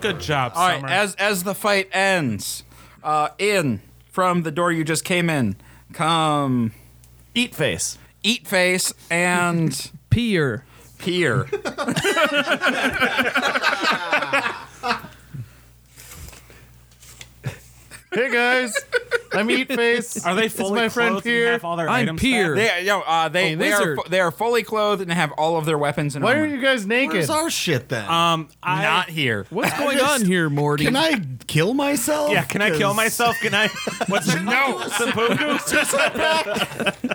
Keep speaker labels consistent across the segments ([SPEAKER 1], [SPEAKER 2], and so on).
[SPEAKER 1] Good job,
[SPEAKER 2] All right,
[SPEAKER 1] Summer.
[SPEAKER 2] as as the fight ends, uh, in from the door you just came in, come
[SPEAKER 3] Eat face.
[SPEAKER 2] eat face and
[SPEAKER 4] Pier.
[SPEAKER 2] peer.
[SPEAKER 3] Hey guys, I'm Eat Face.
[SPEAKER 1] Are they
[SPEAKER 3] It's
[SPEAKER 1] fully
[SPEAKER 3] my friend
[SPEAKER 1] clothed and
[SPEAKER 3] Pierre.
[SPEAKER 1] have all their
[SPEAKER 4] I'm
[SPEAKER 1] items
[SPEAKER 4] Pier.
[SPEAKER 1] back?
[SPEAKER 2] They, yo, uh, they,
[SPEAKER 4] A
[SPEAKER 2] they are
[SPEAKER 4] wizard.
[SPEAKER 2] fu- they are fully clothed and have all of their weapons and
[SPEAKER 3] Why are
[SPEAKER 2] armor.
[SPEAKER 3] you guys naked?
[SPEAKER 5] Where's our shit then?
[SPEAKER 1] Um, I,
[SPEAKER 2] not here?
[SPEAKER 4] What's going on here, Morty?
[SPEAKER 5] can I kill myself?
[SPEAKER 1] Yeah, can I kill
[SPEAKER 5] 'Cause-
[SPEAKER 1] myself? Can I? What's it? No,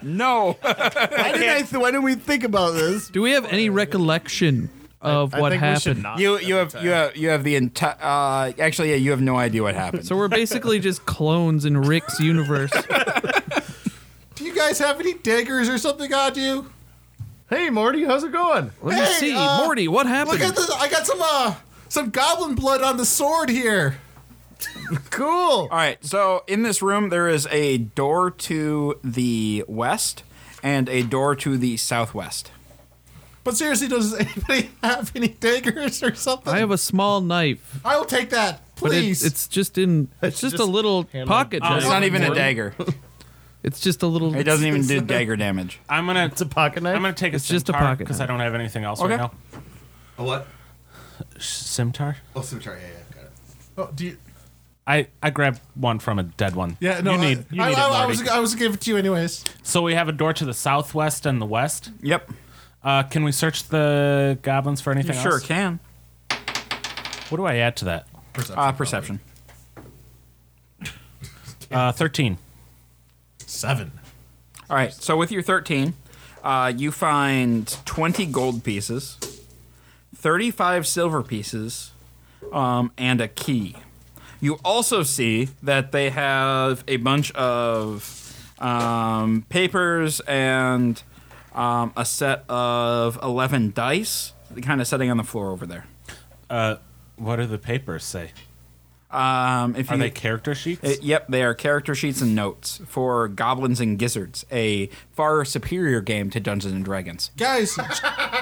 [SPEAKER 2] No,
[SPEAKER 5] Why didn't, I th- why didn't we think about this?
[SPEAKER 4] Do we have any recollection of
[SPEAKER 3] I
[SPEAKER 4] what
[SPEAKER 3] think We should
[SPEAKER 4] happened?
[SPEAKER 3] not
[SPEAKER 2] you you have you have you have the entire. Uh, actually, yeah, you have no idea what happened.
[SPEAKER 4] So we're basically just clones in Rick's universe.
[SPEAKER 5] Do you guys have any daggers or something on you?
[SPEAKER 3] Hey Morty, how's it going?
[SPEAKER 4] Let me
[SPEAKER 5] Hey,
[SPEAKER 4] see,
[SPEAKER 5] uh,
[SPEAKER 4] Morty. What
[SPEAKER 5] Look
[SPEAKER 4] happened?
[SPEAKER 5] at this. I got some uh some goblin blood on the sword here.
[SPEAKER 3] Cool.
[SPEAKER 2] All right, so in this room there is a door to the west and a door to the southwest.
[SPEAKER 5] But seriously, does anybody have any daggers or something?
[SPEAKER 4] I have a small knife,
[SPEAKER 5] I will take that,
[SPEAKER 4] but it,
[SPEAKER 5] please.
[SPEAKER 4] it's just in. It's, just, a
[SPEAKER 3] just
[SPEAKER 4] little pocket
[SPEAKER 1] Oh,
[SPEAKER 4] knife.
[SPEAKER 2] It's not even a
[SPEAKER 4] Morty.
[SPEAKER 2] dagger.
[SPEAKER 4] It's just a little.
[SPEAKER 2] It doesn't even do dagger damage.
[SPEAKER 1] I'm gonna.
[SPEAKER 3] It's a pocket knife.
[SPEAKER 1] I'm gonna take a
[SPEAKER 4] It's just a pocket
[SPEAKER 1] because I
[SPEAKER 4] knife.
[SPEAKER 1] don't have anything else
[SPEAKER 2] Okay.
[SPEAKER 1] right now.
[SPEAKER 6] A Oh, what?
[SPEAKER 1] Simtar.
[SPEAKER 6] Oh, scimitar. Yeah, yeah, got it.
[SPEAKER 5] oh, do you,
[SPEAKER 1] I I grabbed one from a dead one.
[SPEAKER 5] yeah, no.
[SPEAKER 1] you need you
[SPEAKER 5] I,
[SPEAKER 1] need
[SPEAKER 5] I,
[SPEAKER 1] it,
[SPEAKER 5] I,
[SPEAKER 1] Marty.
[SPEAKER 5] was I was gonna give it to you anyways.
[SPEAKER 1] so we have a door to the southwest and the west.
[SPEAKER 2] Yep.
[SPEAKER 1] Uh, can we search the goblins for anything
[SPEAKER 2] You sure
[SPEAKER 1] else?
[SPEAKER 2] can.
[SPEAKER 1] What do I add to that?
[SPEAKER 4] Ah,
[SPEAKER 2] Uh, perception.
[SPEAKER 1] Uh, Thirteen.
[SPEAKER 5] Seven.
[SPEAKER 2] All right. So with your 13, uh, you find 20 gold pieces, 35 silver pieces, um, and a key. You also see that they have a bunch of um, papers and um, a set of 11 dice, kind of sitting on the floor over there.
[SPEAKER 1] What do the papers say?
[SPEAKER 2] Um, if
[SPEAKER 1] Are
[SPEAKER 2] you,
[SPEAKER 1] they character sheets?
[SPEAKER 2] Uh, yep, they are character sheets and notes for Goblins and Gizzards, a far superior game to Dungeons and Dragons.
[SPEAKER 5] Guys,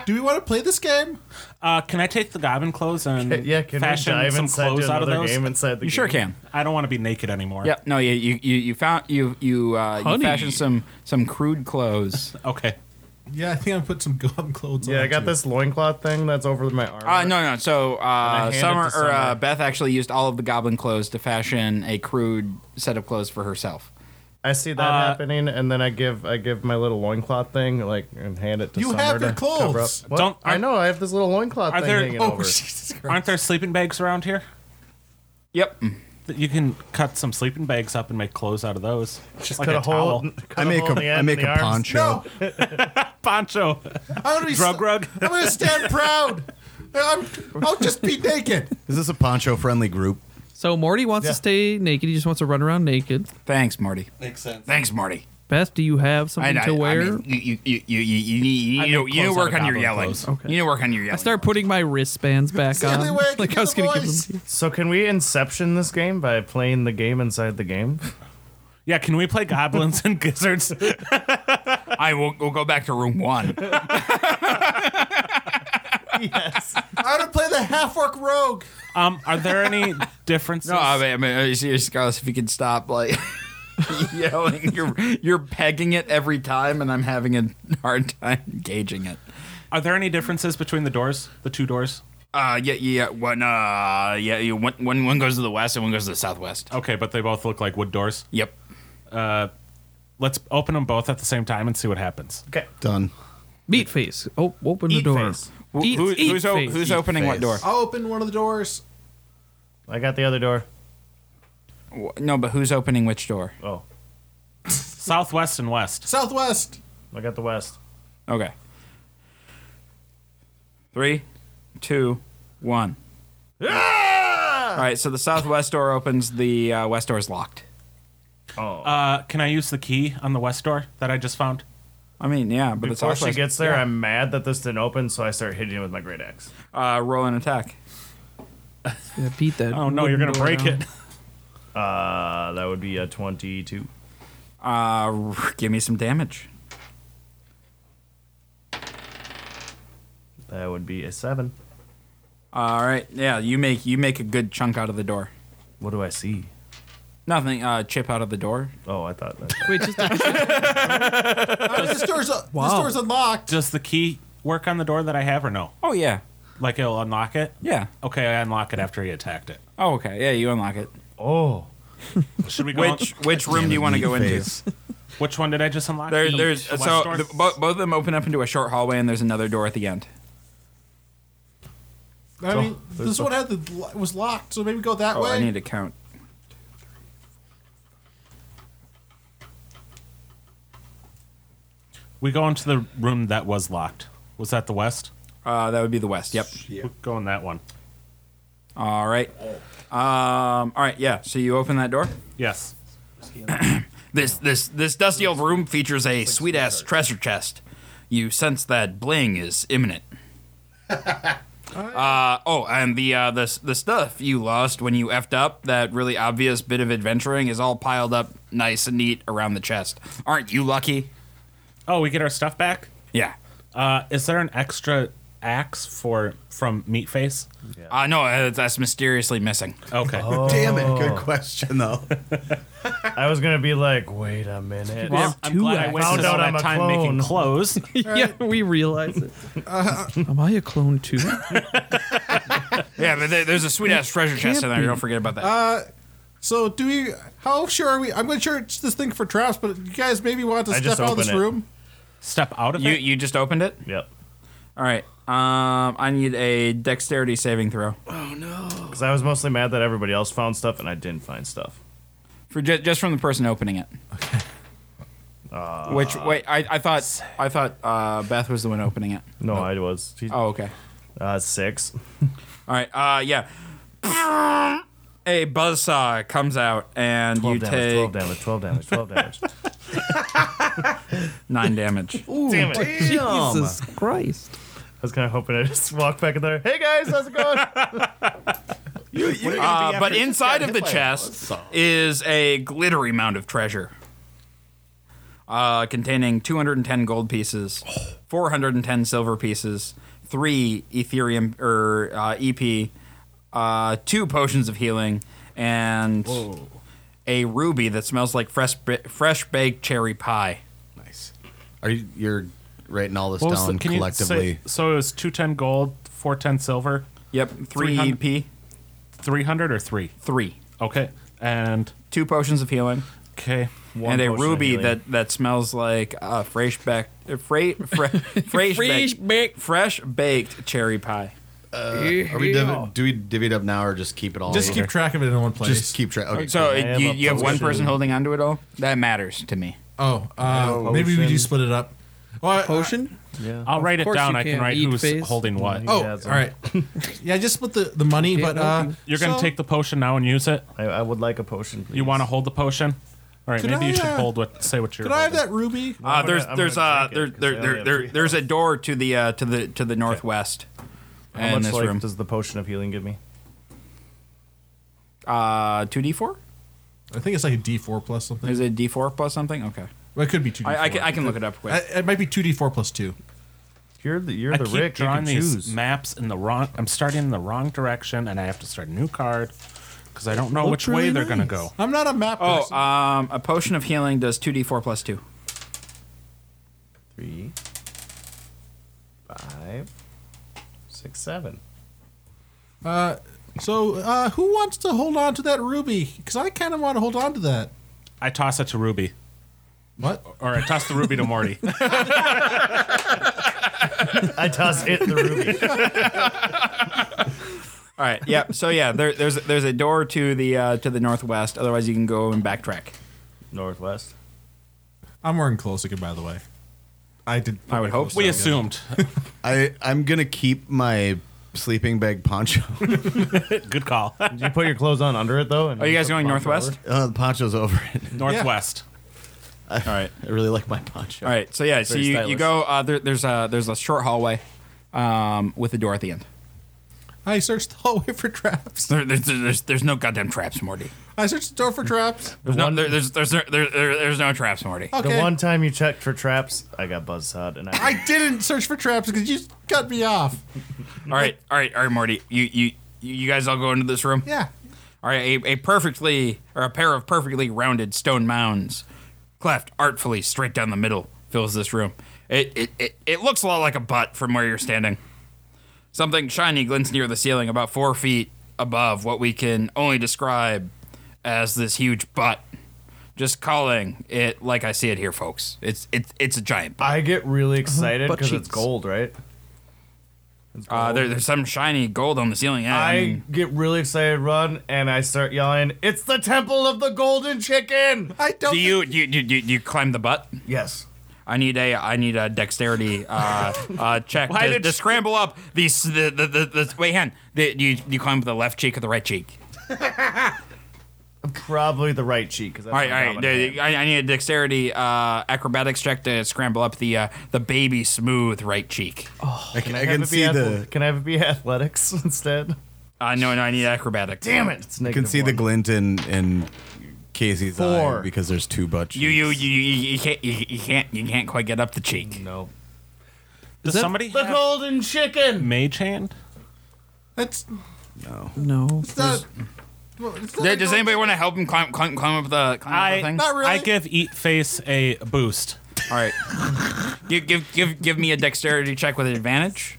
[SPEAKER 5] do we want to play this game?
[SPEAKER 1] Uh, can I take the goblin clothes and
[SPEAKER 3] yeah, can
[SPEAKER 1] fashion
[SPEAKER 3] we dive
[SPEAKER 1] some
[SPEAKER 3] inside
[SPEAKER 1] clothes
[SPEAKER 3] to
[SPEAKER 1] out of
[SPEAKER 3] another
[SPEAKER 1] those?
[SPEAKER 3] game inside the
[SPEAKER 2] You
[SPEAKER 3] game?
[SPEAKER 2] sure can.
[SPEAKER 1] I don't want to be naked anymore.
[SPEAKER 2] Yep. No, you you you, you found you you uh, you
[SPEAKER 4] Honey.
[SPEAKER 2] fashioned some some crude clothes.
[SPEAKER 1] Okay.
[SPEAKER 5] Yeah, I think I'm put some goblin clothes
[SPEAKER 3] Yeah, I got this loincloth thing that's over my arm.
[SPEAKER 2] Uh, no, no. So uh,
[SPEAKER 3] hand it
[SPEAKER 2] Summer
[SPEAKER 3] to
[SPEAKER 2] or uh,
[SPEAKER 3] Summer.
[SPEAKER 2] Beth actually used all of the goblin clothes to fashion a crude set of clothes for herself.
[SPEAKER 3] I see that happening, and then I give I give my little loincloth thing like and hand it to
[SPEAKER 5] You
[SPEAKER 3] Summer
[SPEAKER 5] have your
[SPEAKER 3] to cover up.
[SPEAKER 5] clothes.
[SPEAKER 3] What?
[SPEAKER 1] Don't-
[SPEAKER 3] I know I have this little loincloth
[SPEAKER 1] Are
[SPEAKER 3] thing
[SPEAKER 1] there-
[SPEAKER 3] hanging
[SPEAKER 1] oh,
[SPEAKER 3] over.
[SPEAKER 5] Jesus Christ.
[SPEAKER 1] Aren't there sleeping bags around here?
[SPEAKER 2] Yep. mm,
[SPEAKER 1] That You can cut some sleeping bags up and make clothes out of those. Just like
[SPEAKER 3] Cut
[SPEAKER 1] a,
[SPEAKER 3] a hole.
[SPEAKER 1] towel.
[SPEAKER 3] cut
[SPEAKER 6] I make
[SPEAKER 3] hole in the
[SPEAKER 6] a,
[SPEAKER 3] end
[SPEAKER 6] I
[SPEAKER 3] in
[SPEAKER 6] make
[SPEAKER 3] the
[SPEAKER 6] a
[SPEAKER 3] arms.
[SPEAKER 6] poncho.
[SPEAKER 5] No,
[SPEAKER 1] Poncho.
[SPEAKER 5] I'm gonna be
[SPEAKER 1] Drug rug.
[SPEAKER 5] I'm gonna stand proud. I'm, I'll just be naked.
[SPEAKER 6] Is this a poncho friendly group?
[SPEAKER 4] So Morty wants to stay naked. He just wants to run around naked.
[SPEAKER 2] Thanks, Marty.
[SPEAKER 6] Makes sense.
[SPEAKER 2] Thanks, Marty.
[SPEAKER 4] Beth, do you have something to wear? I,
[SPEAKER 2] mean, you you you you you you,
[SPEAKER 1] I
[SPEAKER 2] you,
[SPEAKER 1] make
[SPEAKER 2] you need to
[SPEAKER 1] clothes
[SPEAKER 2] work
[SPEAKER 1] out of
[SPEAKER 2] on your
[SPEAKER 1] goblin
[SPEAKER 2] yelling.
[SPEAKER 1] clothes.
[SPEAKER 2] You need to work on your yelling.
[SPEAKER 4] start putting my wristbands back
[SPEAKER 5] the only
[SPEAKER 4] on.
[SPEAKER 5] way I can
[SPEAKER 4] like
[SPEAKER 5] do
[SPEAKER 4] I was
[SPEAKER 5] the
[SPEAKER 4] gonna give them.
[SPEAKER 5] voice.
[SPEAKER 4] to you.
[SPEAKER 3] So can we inception this game by playing the game inside the game?
[SPEAKER 1] Yeah, can we play goblins and gizzards?
[SPEAKER 2] I will we'll go back to room one.
[SPEAKER 5] I'm gonna play the half orc rogue.
[SPEAKER 1] Um, are there any differences?
[SPEAKER 2] No, I mean, I mean, uh, seriously, Carlos, if you could stop like yelling, you're you're pegging it every time, and I'm having a hard time gauging it.
[SPEAKER 1] Are there any differences between the doors, the two doors?
[SPEAKER 2] Uh, yeah, yeah, one, uh, yeah, you- one, one, one goes to the west and one goes to the southwest.
[SPEAKER 1] Okay, but they both look like wood doors.
[SPEAKER 2] Yep.
[SPEAKER 1] Let's open them both at the same time and see what happens.
[SPEAKER 3] Okay.
[SPEAKER 6] Done.
[SPEAKER 4] Meat face. Oh, open the
[SPEAKER 3] Eat
[SPEAKER 4] door.
[SPEAKER 3] face.
[SPEAKER 2] Who-
[SPEAKER 4] Eat,
[SPEAKER 2] who-
[SPEAKER 4] eat
[SPEAKER 2] who's o-
[SPEAKER 4] face.
[SPEAKER 2] who's opening what
[SPEAKER 6] face.
[SPEAKER 2] door?
[SPEAKER 5] I'll open one of the doors.
[SPEAKER 3] I got the other door.
[SPEAKER 2] Oh, Wh- No, but who's opening which door?
[SPEAKER 3] Oh,
[SPEAKER 1] Southwest and west.
[SPEAKER 5] Southwest.
[SPEAKER 3] I got the west.
[SPEAKER 2] Okay. Three, two, one. All right, so the southwest door opens. The uh, west door is locked.
[SPEAKER 3] Oh.
[SPEAKER 1] Uh, can I use the key on the west door that I just found?
[SPEAKER 2] I mean, yeah, but it's
[SPEAKER 3] Before
[SPEAKER 2] also
[SPEAKER 3] she gets there, I'm mad that this didn't open, so I start hitting it with my great axe.
[SPEAKER 2] uh, roll an attack.
[SPEAKER 4] Yeah, beat that.
[SPEAKER 1] Oh no, you're gonna
[SPEAKER 4] wooden door
[SPEAKER 1] break
[SPEAKER 4] down.
[SPEAKER 1] it.
[SPEAKER 3] Uh, that would be a 22.
[SPEAKER 2] Uh, give me some damage.
[SPEAKER 3] That would be a 7.
[SPEAKER 2] All right. Yeah, you make you make a good chunk out of the door.
[SPEAKER 3] What do I see?
[SPEAKER 2] Nothing. Uh, chip out of the door.
[SPEAKER 3] Oh, I thought that.
[SPEAKER 4] Wait, just
[SPEAKER 5] this door's uh, this
[SPEAKER 4] Wow.
[SPEAKER 5] door's unlocked.
[SPEAKER 1] Does the key work on the door that I have or no?
[SPEAKER 2] Oh yeah.
[SPEAKER 1] Like it'll unlock it?
[SPEAKER 2] Yeah.
[SPEAKER 1] Okay, I unlock it after he attacked it.
[SPEAKER 2] Oh okay. Yeah, you unlock it.
[SPEAKER 3] Oh.
[SPEAKER 1] Should we go?
[SPEAKER 2] Which which room do you want to go into?
[SPEAKER 1] on- which one did I just unlock?
[SPEAKER 2] There,
[SPEAKER 1] Each.
[SPEAKER 2] there's
[SPEAKER 1] The west
[SPEAKER 2] so
[SPEAKER 1] door?
[SPEAKER 2] the, bo- both of them open up into a short hallway, and there's another door at the end.
[SPEAKER 5] I
[SPEAKER 3] So,
[SPEAKER 5] mean,
[SPEAKER 3] there's
[SPEAKER 5] this
[SPEAKER 3] a-
[SPEAKER 5] one had Oh, the lo- was locked, so maybe go that
[SPEAKER 2] Oh,
[SPEAKER 5] way.
[SPEAKER 2] I need to count.
[SPEAKER 1] we go into the room that was locked. Was that the west?
[SPEAKER 2] Uh, that would be the west. Yep.
[SPEAKER 1] We go in that one.
[SPEAKER 2] All right. Um, all right. Yeah. So you open that door.
[SPEAKER 1] Yes.
[SPEAKER 2] This this this dusty old room features a sweet ass treasure chest. You sense that bling is imminent. uh, oh, and the uh, the s- the stuff you lost when you effed up that really obvious bit of adventuring is all piled up nice and neat around the chest. Aren't you lucky?
[SPEAKER 1] Oh, we get our stuff back.
[SPEAKER 2] Yeah.
[SPEAKER 1] Uh, is there an extra axe for from Meatface?
[SPEAKER 2] Uh, no, uh, that's mysteriously missing.
[SPEAKER 1] Okay.
[SPEAKER 6] Damn it. Good question, though.
[SPEAKER 3] I was going to be like, wait a minute.
[SPEAKER 1] Well,
[SPEAKER 4] There's
[SPEAKER 1] I'm
[SPEAKER 4] two
[SPEAKER 1] glad I
[SPEAKER 4] axes.
[SPEAKER 1] wasted
[SPEAKER 3] Oh, Found out
[SPEAKER 1] all
[SPEAKER 3] I'm
[SPEAKER 1] that
[SPEAKER 3] a
[SPEAKER 1] time making
[SPEAKER 3] clone.
[SPEAKER 1] clothes.
[SPEAKER 4] yeah, we realize it. Am I a clone too?
[SPEAKER 2] Yeah, but there- there's a sweet ass treasure chest in there.
[SPEAKER 4] be.
[SPEAKER 2] Don't forget about that.
[SPEAKER 5] So do we? How sure are we? I'm going to search this thing for traps, but you guys maybe want to
[SPEAKER 3] I
[SPEAKER 5] step
[SPEAKER 3] just
[SPEAKER 5] out of this
[SPEAKER 3] open it.
[SPEAKER 5] room.
[SPEAKER 1] Step out of
[SPEAKER 2] you
[SPEAKER 1] it.
[SPEAKER 2] you just opened it.
[SPEAKER 3] Yep.
[SPEAKER 2] All right. Um, I need a dexterity saving throw.
[SPEAKER 3] Because I was mostly mad that everybody else found stuff and I didn't find stuff.
[SPEAKER 2] for just, just from the person opening it. Which wait, I, I thought I thought uh, Beth was the one opening it.
[SPEAKER 3] No, I was. He-
[SPEAKER 2] Oh, okay.
[SPEAKER 3] Uh, six.
[SPEAKER 2] All right. Uh, yeah. A buzzsaw comes out and
[SPEAKER 3] 12
[SPEAKER 2] you
[SPEAKER 3] damage,
[SPEAKER 2] take
[SPEAKER 3] 12 damage, 12 damage, 12 damage.
[SPEAKER 2] nine damage.
[SPEAKER 3] Damn it.
[SPEAKER 4] Jesus Christ.
[SPEAKER 3] I was kind of hoping I just walk back in there. Hey guys, how's it going?
[SPEAKER 2] Uh, but inside of the chest is a glittery mound of treasure, uh, containing 210 gold pieces, 410 silver pieces, three Ethereum or uh, EP, uh, two potions of healing, and a ruby that smells like fresh ba- fresh baked cherry pie.
[SPEAKER 6] Nice. Are you? You're writing all this
[SPEAKER 1] What was the-
[SPEAKER 6] down
[SPEAKER 1] can you say-
[SPEAKER 6] collectively.
[SPEAKER 1] so it was two ten gold, four ten silver,
[SPEAKER 2] Yep, three
[SPEAKER 1] 300.
[SPEAKER 2] EP,
[SPEAKER 1] three hundred or three.
[SPEAKER 2] three,
[SPEAKER 1] Okay. And
[SPEAKER 2] two potions of healing.
[SPEAKER 1] okay.
[SPEAKER 2] and a
[SPEAKER 3] potion of
[SPEAKER 2] ruby
[SPEAKER 3] healing.
[SPEAKER 2] that, that smells like uh, fresh baked fresh fresh
[SPEAKER 4] Fresh
[SPEAKER 2] baked fresh baked cherry pie.
[SPEAKER 6] Are we div- do we divvy it up now or just keep it all?
[SPEAKER 5] Just keep track of it in one place.
[SPEAKER 6] Just keep track. Okay.
[SPEAKER 2] So
[SPEAKER 3] I have
[SPEAKER 2] you,
[SPEAKER 3] a
[SPEAKER 2] you have one
[SPEAKER 3] potion.
[SPEAKER 2] person holding onto it all. That matters to me.
[SPEAKER 5] oh, uh, maybe we do
[SPEAKER 3] Potion.
[SPEAKER 5] split it up. Oh, I-
[SPEAKER 4] Potion?
[SPEAKER 1] I'll write it
[SPEAKER 4] course
[SPEAKER 1] down.
[SPEAKER 4] you
[SPEAKER 1] I can
[SPEAKER 4] can't
[SPEAKER 1] write
[SPEAKER 4] eat
[SPEAKER 1] who's
[SPEAKER 4] face.
[SPEAKER 1] holding what.
[SPEAKER 5] oh,
[SPEAKER 3] Yeah,
[SPEAKER 5] all
[SPEAKER 3] it's
[SPEAKER 5] right. yeah, just split the, the money, but uh,
[SPEAKER 1] You're gonna
[SPEAKER 5] so-
[SPEAKER 1] take the potion now and use it.
[SPEAKER 3] I, I would like a potion, please.
[SPEAKER 1] You want to hold the potion? All right.
[SPEAKER 5] Could
[SPEAKER 1] maybe
[SPEAKER 5] I,
[SPEAKER 1] you should
[SPEAKER 5] uh,
[SPEAKER 1] hold what. Say what you're.
[SPEAKER 5] Could I have
[SPEAKER 1] holding.
[SPEAKER 5] that ruby?
[SPEAKER 2] Uh,
[SPEAKER 3] I'm
[SPEAKER 2] there's
[SPEAKER 3] gonna- I'm
[SPEAKER 2] there's
[SPEAKER 3] gonna
[SPEAKER 2] uh
[SPEAKER 3] drink it,
[SPEAKER 2] there,
[SPEAKER 3] 'cause
[SPEAKER 2] there, there,
[SPEAKER 3] I only
[SPEAKER 2] there-
[SPEAKER 3] have three
[SPEAKER 2] there's a door to the uh, to the to the northwest.
[SPEAKER 3] How
[SPEAKER 2] in
[SPEAKER 3] much
[SPEAKER 2] this
[SPEAKER 3] life
[SPEAKER 2] room.
[SPEAKER 3] does the potion of healing give me?
[SPEAKER 2] Uh, two d four.
[SPEAKER 5] I think it's like a D4 plus something.
[SPEAKER 2] Is it d four plus something? Okay.
[SPEAKER 5] Well, it could be two. Uh,
[SPEAKER 2] I, I, can, I can look it up quick.
[SPEAKER 5] it might be two D4 plus two.
[SPEAKER 3] You're the you're
[SPEAKER 1] I
[SPEAKER 3] the
[SPEAKER 1] keep
[SPEAKER 3] Rick. You
[SPEAKER 1] drawing
[SPEAKER 3] can
[SPEAKER 1] these
[SPEAKER 3] choose.
[SPEAKER 1] maps in the wrong. I'm starting in the wrong direction, and I have to start a new card because I don't know which way
[SPEAKER 5] really
[SPEAKER 1] they're gonna
[SPEAKER 5] nice.
[SPEAKER 1] go.
[SPEAKER 5] I'm not a map
[SPEAKER 2] oh,
[SPEAKER 5] person.
[SPEAKER 2] um, a potion of healing does two d four plus two.
[SPEAKER 3] Three, five, six, seven.
[SPEAKER 5] so uh, who wants to hold on to that ruby? Because I kind of want to hold on to that.
[SPEAKER 1] I toss it to Ruby,
[SPEAKER 5] What?
[SPEAKER 1] or I toss the Ruby to Morty.
[SPEAKER 3] I toss it in the ruby.
[SPEAKER 2] All right. Yeah. So yeah, there, there's there's a door to the uh, to the northwest. Otherwise, you can go and backtrack.
[SPEAKER 3] Northwest.
[SPEAKER 5] I'm wearing clothes again, by the way. I did.
[SPEAKER 2] I would hope so.
[SPEAKER 1] we assumed.
[SPEAKER 6] I I'm gonna keep my sleeping bag poncho.
[SPEAKER 1] Good call.
[SPEAKER 3] Did you put your clothes on under it though? and
[SPEAKER 2] Are you
[SPEAKER 3] use
[SPEAKER 2] guys
[SPEAKER 3] the
[SPEAKER 2] going
[SPEAKER 3] front
[SPEAKER 2] northwest?
[SPEAKER 6] Uh, the poncho's over it.
[SPEAKER 1] Northwest.
[SPEAKER 2] All right.
[SPEAKER 6] I really like my poncho.
[SPEAKER 2] All right. So yeah. So
[SPEAKER 6] Very
[SPEAKER 2] you, you
[SPEAKER 6] stylish.
[SPEAKER 2] go. Uh, there, there's a there's a short hallway, um, with a door at the end.
[SPEAKER 5] I searched the hallway for traps.
[SPEAKER 2] There, there's, there's, there's no goddamn traps, Morty.
[SPEAKER 5] I searched the door for traps.
[SPEAKER 2] There's no, there, there's, there's, there, there, there's no traps, Morty.
[SPEAKER 5] Okay.
[SPEAKER 3] The one time you checked for traps, I got buzzsawed, and I,
[SPEAKER 5] I didn't search for traps because you cut me off.
[SPEAKER 2] All right, all right, all right, Morty. You, you, you guys all go into this room.
[SPEAKER 5] Yeah.
[SPEAKER 2] All right, a, a perfectly or a pair of perfectly rounded stone mounds, cleft artfully straight down the middle, fills this room. It it, it, it looks a lot like a butt from where you're standing. Something shiny glints near the ceiling, about four feet above what we can only describe as this huge butt. Just calling it like I see it here, folks. It's it's it's a giant. Butt.
[SPEAKER 3] I get really excited
[SPEAKER 4] Butt
[SPEAKER 3] because it's
[SPEAKER 4] cheeks.
[SPEAKER 3] gold, right?
[SPEAKER 2] Uh, there, there's some shiny gold on the ceiling. Yeah, I
[SPEAKER 3] I
[SPEAKER 2] mean,
[SPEAKER 3] get really excited, run, and I start yelling, "It's the temple of the golden chicken!"
[SPEAKER 5] I don't.
[SPEAKER 2] do you do you, do you do you climb the butt?
[SPEAKER 3] Yes.
[SPEAKER 2] I need a I need a dexterity uh, uh, check
[SPEAKER 6] Why
[SPEAKER 2] to,
[SPEAKER 6] did
[SPEAKER 2] to
[SPEAKER 6] you-
[SPEAKER 2] scramble up the s- the the, the, the wait hand. The, do you do you climb with the left cheek or the right cheek?
[SPEAKER 3] Probably the right cheek. 'cause that's
[SPEAKER 2] All right,
[SPEAKER 3] my
[SPEAKER 2] all right.
[SPEAKER 3] dominant hand.
[SPEAKER 2] I, I need a dexterity uh, acrobatics check to scramble up the uh, the baby smooth right cheek.
[SPEAKER 6] I can, I
[SPEAKER 3] Have
[SPEAKER 6] can
[SPEAKER 3] it be
[SPEAKER 6] see
[SPEAKER 3] ath-
[SPEAKER 6] the
[SPEAKER 3] Can I have it be athletics instead?
[SPEAKER 2] Uh, no, no, I need acrobatics.
[SPEAKER 3] Damn it! It's
[SPEAKER 6] I can see the glint in in Casey's
[SPEAKER 3] Four.
[SPEAKER 6] eye because there's two butt
[SPEAKER 2] You you
[SPEAKER 6] cheeks.
[SPEAKER 2] you, you, you can't you, you can't you can't quite get up the cheek.
[SPEAKER 3] No.
[SPEAKER 1] Does somebody
[SPEAKER 3] The
[SPEAKER 1] have
[SPEAKER 3] golden chicken.
[SPEAKER 1] mage hand?
[SPEAKER 5] That's
[SPEAKER 4] No.
[SPEAKER 5] not. well, it's not
[SPEAKER 2] Does-
[SPEAKER 5] a
[SPEAKER 2] Does
[SPEAKER 5] gold-
[SPEAKER 2] anybody want to help him climb climb, climb up the climb up the thing?
[SPEAKER 5] not really.
[SPEAKER 1] I give Eat Face a boost.
[SPEAKER 2] All right. give, give give give me a dexterity check with advantage.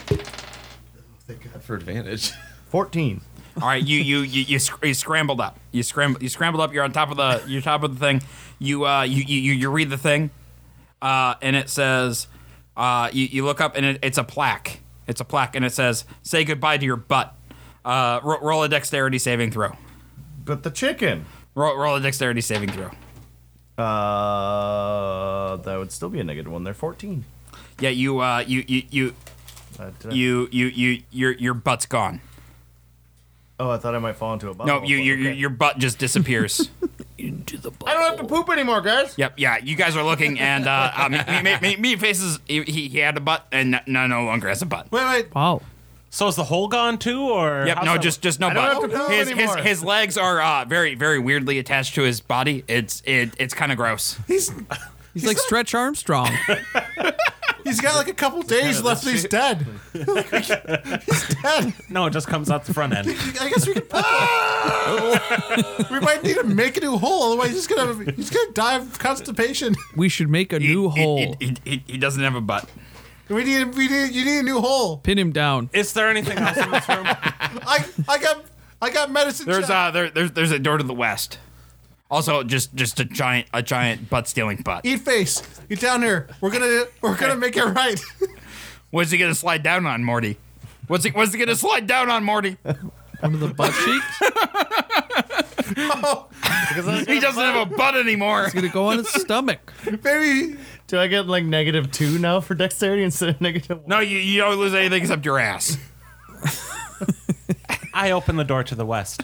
[SPEAKER 6] Thank God for advantage.
[SPEAKER 3] Fourteen.
[SPEAKER 2] All right, you you you you, sc- you scrambled up. You scrambled you scrambled up. You're on top of the you're top of the thing. You uh you you you, you read the thing, uh and it says, uh you, you look up and it, it's a plaque. It's a plaque and it says, "Say goodbye to your butt." Uh, ro- roll a dexterity saving throw.
[SPEAKER 3] But the chicken.
[SPEAKER 2] Roll, roll a dexterity saving throw.
[SPEAKER 3] Uh, that would still be a negative one. They're fourteen.
[SPEAKER 2] Yeah, you uh you you you
[SPEAKER 3] Uh, did I-
[SPEAKER 2] you you you your your butt's gone.
[SPEAKER 3] oh, I thought I might fall into a bottle.
[SPEAKER 2] No, you,
[SPEAKER 3] but
[SPEAKER 2] you, you
[SPEAKER 3] Oh, okay.
[SPEAKER 2] your butt just disappears.
[SPEAKER 3] I don't have to poop anymore, guys.
[SPEAKER 2] Yep, yeah, you guys are looking, and uh, uh, me, me, me, me, me faces he, he he had a butt, and no- no, no longer has a butt.
[SPEAKER 5] Wait, wait.
[SPEAKER 4] Wow.
[SPEAKER 1] So is the hole gone too, or
[SPEAKER 2] Yep,
[SPEAKER 1] how's
[SPEAKER 2] no,
[SPEAKER 1] that-
[SPEAKER 2] just just no
[SPEAKER 3] don't
[SPEAKER 2] butt.
[SPEAKER 3] have to poop
[SPEAKER 2] his, his
[SPEAKER 3] anymore.
[SPEAKER 2] his legs are uh, very very weirdly attached to his body. It's it it's kind of gross.
[SPEAKER 5] He's
[SPEAKER 4] He's like Stretch Armstrong.
[SPEAKER 5] he's got like a couple days left. He's dead. he's dead.
[SPEAKER 1] no, it just comes out the front end.
[SPEAKER 5] I guess we could. we might need to make a new hole, otherwise he's gonna he's gonna die of constipation.
[SPEAKER 4] we should make a new
[SPEAKER 2] He- he-
[SPEAKER 4] hole.
[SPEAKER 2] He, he, he doesn't have a butt.
[SPEAKER 5] We need we need you need a new hole.
[SPEAKER 4] Pin him down.
[SPEAKER 1] Is there anything else in this room?
[SPEAKER 5] I I got I got medicine.
[SPEAKER 2] There's
[SPEAKER 5] check.
[SPEAKER 2] uh there, there's there's a door to the west. Also, just just a giant a giant butt stealing butt.
[SPEAKER 3] E-
[SPEAKER 5] eat face. Get down here. We're gonna we're gonna make it right.
[SPEAKER 2] What's he gonna slide down on, Morty? What's he what's he gonna slide down on, Morty?
[SPEAKER 4] One of the butt cheeks.
[SPEAKER 2] He doesn't have a butt anymore.
[SPEAKER 4] Gonna go on his stomach.
[SPEAKER 5] Maybe
[SPEAKER 3] Do I get like negative two now for dexterity instead of negative one?
[SPEAKER 2] No, you, you don't lose anything except your ass.
[SPEAKER 1] I open the door to the west.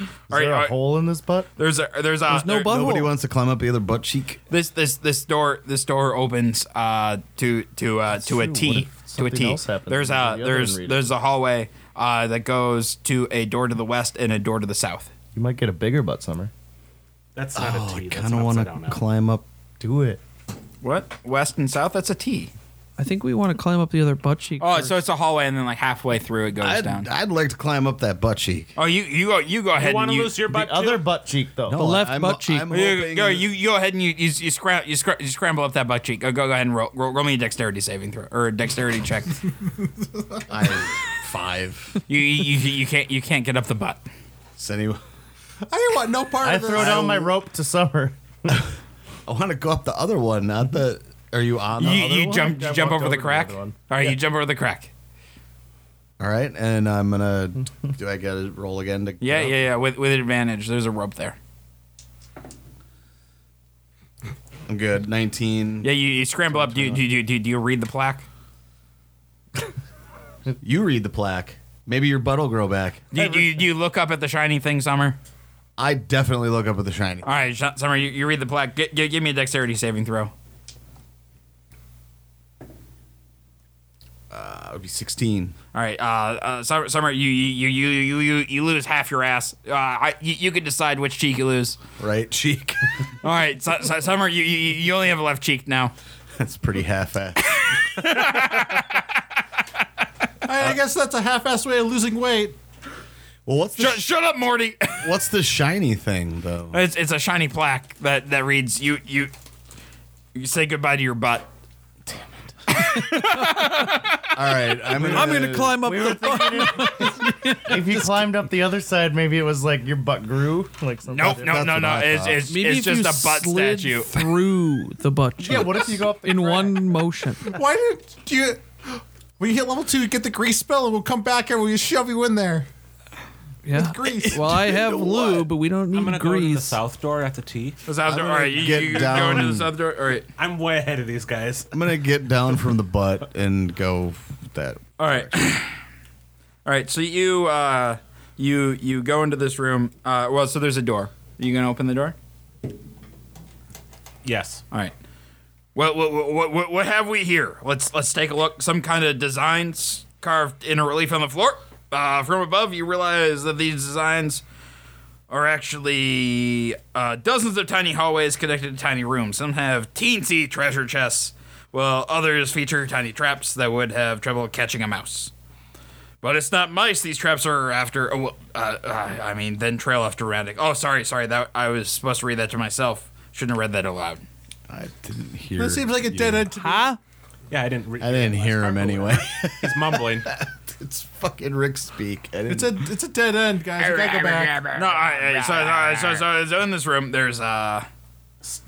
[SPEAKER 2] All
[SPEAKER 3] Is
[SPEAKER 2] right,
[SPEAKER 3] there a
[SPEAKER 2] all right.
[SPEAKER 3] hole in this butt?
[SPEAKER 2] There's a there's a
[SPEAKER 4] There's no
[SPEAKER 2] there-
[SPEAKER 4] butthole.
[SPEAKER 6] Nobody wants to climb up the other butt cheek.
[SPEAKER 2] This this this door this door opens uh to to uh to a
[SPEAKER 3] true.
[SPEAKER 2] T
[SPEAKER 3] What if
[SPEAKER 2] to a
[SPEAKER 3] something
[SPEAKER 2] T.
[SPEAKER 3] else happens
[SPEAKER 2] There's
[SPEAKER 3] and
[SPEAKER 2] a
[SPEAKER 3] the other
[SPEAKER 2] there's
[SPEAKER 3] one reads it?
[SPEAKER 2] there's a hallway uh that goes to a door to the west and a door to the south.
[SPEAKER 3] You might get a bigger butt, Summer.
[SPEAKER 1] That's not
[SPEAKER 6] Oh,
[SPEAKER 1] a
[SPEAKER 6] I
[SPEAKER 1] T. That's
[SPEAKER 6] kind
[SPEAKER 1] an
[SPEAKER 6] of want
[SPEAKER 1] upside down
[SPEAKER 6] to
[SPEAKER 1] L.
[SPEAKER 6] climb up.
[SPEAKER 3] Do it.
[SPEAKER 2] What west and south? That's a T.
[SPEAKER 4] I think we want to climb up the other butt cheek.
[SPEAKER 2] Oh,
[SPEAKER 4] first.
[SPEAKER 2] so it's a hallway and then like halfway through it goes
[SPEAKER 6] I'd,
[SPEAKER 2] down.
[SPEAKER 6] I'd like to climb up that butt cheek.
[SPEAKER 2] oh, you you go you go ahead
[SPEAKER 1] You want to
[SPEAKER 2] and you
[SPEAKER 1] lose your butt
[SPEAKER 3] The other
[SPEAKER 1] too?
[SPEAKER 3] butt cheek, though.
[SPEAKER 6] No,
[SPEAKER 4] The left
[SPEAKER 6] I'm-
[SPEAKER 4] butt cheek.
[SPEAKER 6] I'm
[SPEAKER 2] you,
[SPEAKER 6] hoping-
[SPEAKER 2] go, you you go ahead and you you, you, scram, you, scra- you scramble up that butt cheek. Go go ahead and roll, roll, roll me a dexterity saving throw or a dexterity check.
[SPEAKER 6] I- five.
[SPEAKER 2] you, you you you can't you can't get up the butt.
[SPEAKER 6] So anyway,
[SPEAKER 5] I didn't want no part
[SPEAKER 3] I
[SPEAKER 5] of this.
[SPEAKER 3] throw down my rope to Summer.
[SPEAKER 6] I want to go up the other one, not the. Are you on the
[SPEAKER 2] You,
[SPEAKER 6] other
[SPEAKER 2] you
[SPEAKER 6] one?
[SPEAKER 2] jump
[SPEAKER 3] I
[SPEAKER 2] you jump over the
[SPEAKER 3] walked over to the
[SPEAKER 2] crack.
[SPEAKER 3] other
[SPEAKER 2] All
[SPEAKER 3] one.
[SPEAKER 2] right, you jump over the crack.
[SPEAKER 6] All right, and I'm gonna. do I gotta roll again to?
[SPEAKER 2] Yeah, yeah, yeah. With with advantage, there's a rope there.
[SPEAKER 6] I'm good. Nineteen.
[SPEAKER 2] Yeah, you, you scramble up. Do you, do, you, do, you, do you read the plaque?
[SPEAKER 6] You read the plaque. Maybe your butt will grow back.
[SPEAKER 2] Do you, do, you, do you look up at the shiny thing, Summer?
[SPEAKER 6] I definitely look up at the
[SPEAKER 3] Uh,
[SPEAKER 6] shiny.
[SPEAKER 2] All right, Sh- Summer, you, you read the plaque. G- g- give me a dexterity saving throw.
[SPEAKER 6] Uh, it would be 16.
[SPEAKER 2] All right, uh, uh, Summer, Summer, you you you you you you lose half your ass. Uh, I, you, you can decide which cheek you lose.
[SPEAKER 6] Right cheek.
[SPEAKER 2] All right, Su- Su- Summer, you, you you only have a left cheek now.
[SPEAKER 6] That's pretty half-assed.
[SPEAKER 5] I, I guess that's a half-assed way of losing weight.
[SPEAKER 6] Well, what's the,
[SPEAKER 2] Shut,
[SPEAKER 6] sh-
[SPEAKER 2] shut up, Morty.
[SPEAKER 6] what's the shiny thing though?
[SPEAKER 2] it's, it's a shiny plaque that that reads you you you say goodbye to your butt.
[SPEAKER 6] All right, I'm gonna,
[SPEAKER 4] I'm gonna climb up.
[SPEAKER 3] We
[SPEAKER 4] the-
[SPEAKER 3] were thinking it- if you climbed up the other side, maybe it was like your butt grew, like something.
[SPEAKER 2] Nope,
[SPEAKER 3] like
[SPEAKER 2] no,
[SPEAKER 3] that.
[SPEAKER 2] no,
[SPEAKER 6] what
[SPEAKER 2] no.
[SPEAKER 6] I
[SPEAKER 2] It's
[SPEAKER 6] thought.
[SPEAKER 2] it's,
[SPEAKER 4] Maybe
[SPEAKER 2] it's
[SPEAKER 4] if
[SPEAKER 2] just
[SPEAKER 4] you
[SPEAKER 2] a butt
[SPEAKER 4] slid
[SPEAKER 2] statue.
[SPEAKER 4] through the butt cheek
[SPEAKER 3] Yeah, what if you go up the
[SPEAKER 4] in
[SPEAKER 3] crack?
[SPEAKER 4] one motion?
[SPEAKER 5] Why didn't you? When you hit level two, you get the grease spell, and we'll come back and we'll shove you in there.
[SPEAKER 4] Yeah.
[SPEAKER 5] Grease.
[SPEAKER 4] Well, I have lube, but we don't
[SPEAKER 1] I'm
[SPEAKER 4] need
[SPEAKER 1] gonna go to the
[SPEAKER 4] grease.
[SPEAKER 1] south door at the T.
[SPEAKER 2] The south door.
[SPEAKER 6] I'm
[SPEAKER 2] All right,
[SPEAKER 6] gonna
[SPEAKER 2] you,
[SPEAKER 6] get
[SPEAKER 2] you go
[SPEAKER 6] down.
[SPEAKER 2] into the south door. All right,
[SPEAKER 1] I'm way ahead of these guys.
[SPEAKER 6] I'm gonna get down from the butt and go that.
[SPEAKER 2] all right, all right. So you uh you you go into this room. Uh, well, so there's a door. Are you gonna open the door?
[SPEAKER 1] Yes.
[SPEAKER 2] All right. What what what what, what have we here? Let's let's take a look. Some kind of designs carved in a relief on the floor. Uh, from above, you realize that these designs are actually uh, dozens of tiny hallways connected to tiny rooms. Some have teensy treasure chests, while others feature tiny traps that would have trouble catching a mouse. But it's not mice. These traps are after. Oh, well, uh, uh, I mean, then trail after rounding. Oh, sorry, sorry. That I was supposed to read that to myself. Shouldn't have read that aloud.
[SPEAKER 6] I didn't hear.
[SPEAKER 5] That seems like a
[SPEAKER 6] you.
[SPEAKER 5] dead end. To me.
[SPEAKER 4] Huh?
[SPEAKER 1] Yeah, I didn't. Re-
[SPEAKER 6] I didn't hear him anyway.
[SPEAKER 1] He's mumbling.
[SPEAKER 6] it's fucking Rick speak. I didn't-
[SPEAKER 5] It's a it's a dead end, guys. We gotta go back.
[SPEAKER 2] No, I, I- so, so, so, so, so in this room, there's uh,
[SPEAKER 1] Things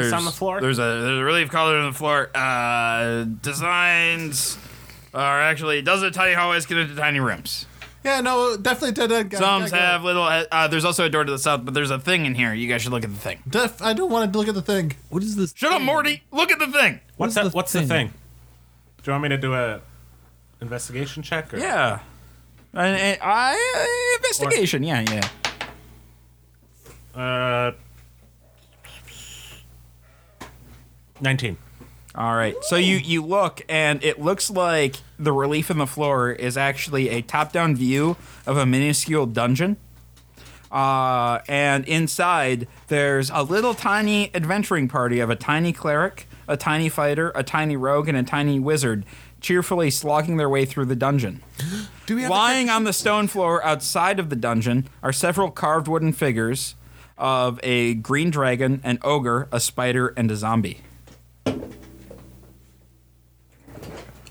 [SPEAKER 2] there's
[SPEAKER 1] on the floor.
[SPEAKER 2] There's a there's a relief collar on the floor. Uh, designs are actually does a tiny hallways get into tiny rooms.
[SPEAKER 5] Yeah, no, definitely dead end, guys. We
[SPEAKER 2] Some
[SPEAKER 5] gotta go.
[SPEAKER 2] have little. Uh, there's also a door to the south, but there's a thing in here. You guys should look at the thing.
[SPEAKER 5] Def- I don't want to look at the thing.
[SPEAKER 4] What is this?
[SPEAKER 2] Shut up, Morty. Look at the thing.
[SPEAKER 1] what's
[SPEAKER 4] What's
[SPEAKER 1] the,
[SPEAKER 4] the
[SPEAKER 1] What's the
[SPEAKER 4] thing?
[SPEAKER 1] thing? Do you want me to do a investigation check? Or?
[SPEAKER 2] Yeah. And, and I investigation. Yeah,
[SPEAKER 1] Uh,
[SPEAKER 2] yeah.
[SPEAKER 1] Nineteen.
[SPEAKER 2] All right. So you you look and it looks like the relief in the floor is actually a top-down view of a minuscule dungeon. Uh, and inside there's a little tiny adventuring party of a tiny cleric, a tiny fighter, a tiny rogue, and a tiny wizard cheerfully slogging their way through the dungeon.
[SPEAKER 5] Do we have
[SPEAKER 2] Lying on the stone floor outside of the dungeon are several carved wooden figures of a green dragon, an ogre, a spider, and a zombie.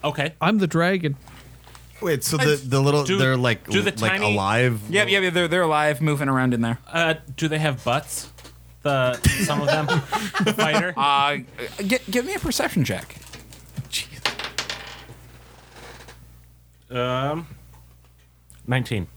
[SPEAKER 1] Okay.
[SPEAKER 4] I'm the dragon.
[SPEAKER 6] wait. So the the little
[SPEAKER 1] Do-
[SPEAKER 6] they're like
[SPEAKER 1] do the
[SPEAKER 6] like
[SPEAKER 1] tiny-
[SPEAKER 6] alive.
[SPEAKER 2] Yeah, yeah, yeah. They're they're alive, moving around in there.
[SPEAKER 1] Uh, do they have butts? The some of them. the fighter.
[SPEAKER 2] Uh, get, give me a perception check.
[SPEAKER 1] Um, nineteen.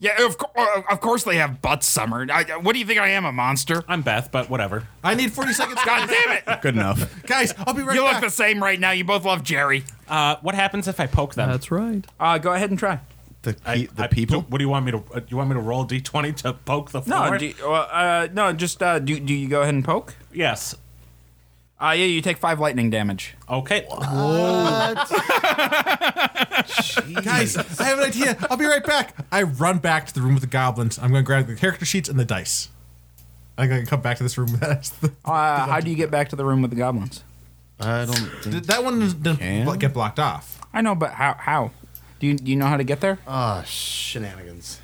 [SPEAKER 2] Yeah, of cour- uh, of course they have butts, Summer. I, uh, what do you think I am, a monster?
[SPEAKER 1] I'm Beth, but whatever.
[SPEAKER 5] I need 40 seconds.
[SPEAKER 2] God damn it!
[SPEAKER 6] Good enough.
[SPEAKER 5] guys, I'll be right
[SPEAKER 2] You look
[SPEAKER 5] back.
[SPEAKER 2] the same right now. You both love Jerry.
[SPEAKER 1] Uh, what happens if I poke them?
[SPEAKER 4] That's right.
[SPEAKER 2] Uh, go ahead and try.
[SPEAKER 6] The
[SPEAKER 1] I-
[SPEAKER 6] pe- the
[SPEAKER 1] I-
[SPEAKER 6] people.
[SPEAKER 1] do- what do you want me to? Uh, you want me to roll d20 to poke the floor?
[SPEAKER 2] No, do, uh, uh, no, just uh, do do you go ahead and poke?
[SPEAKER 1] yes.
[SPEAKER 2] Uh, yeah, you take five lightning damage.
[SPEAKER 1] Okay.
[SPEAKER 5] Guys, I have an idea. I'll be right back. I run back to the room with the goblins. I'm going to grab the character sheets and the dice. I'm going to come back to this room with that.
[SPEAKER 2] Uh, how do you get back to the room with the goblins?
[SPEAKER 6] I don't. Think,
[SPEAKER 5] That one didn't
[SPEAKER 6] Can?
[SPEAKER 5] blo- get blocked off.
[SPEAKER 2] I know, but how how? Do you, do you know how to get there?
[SPEAKER 6] Ah, shenanigans.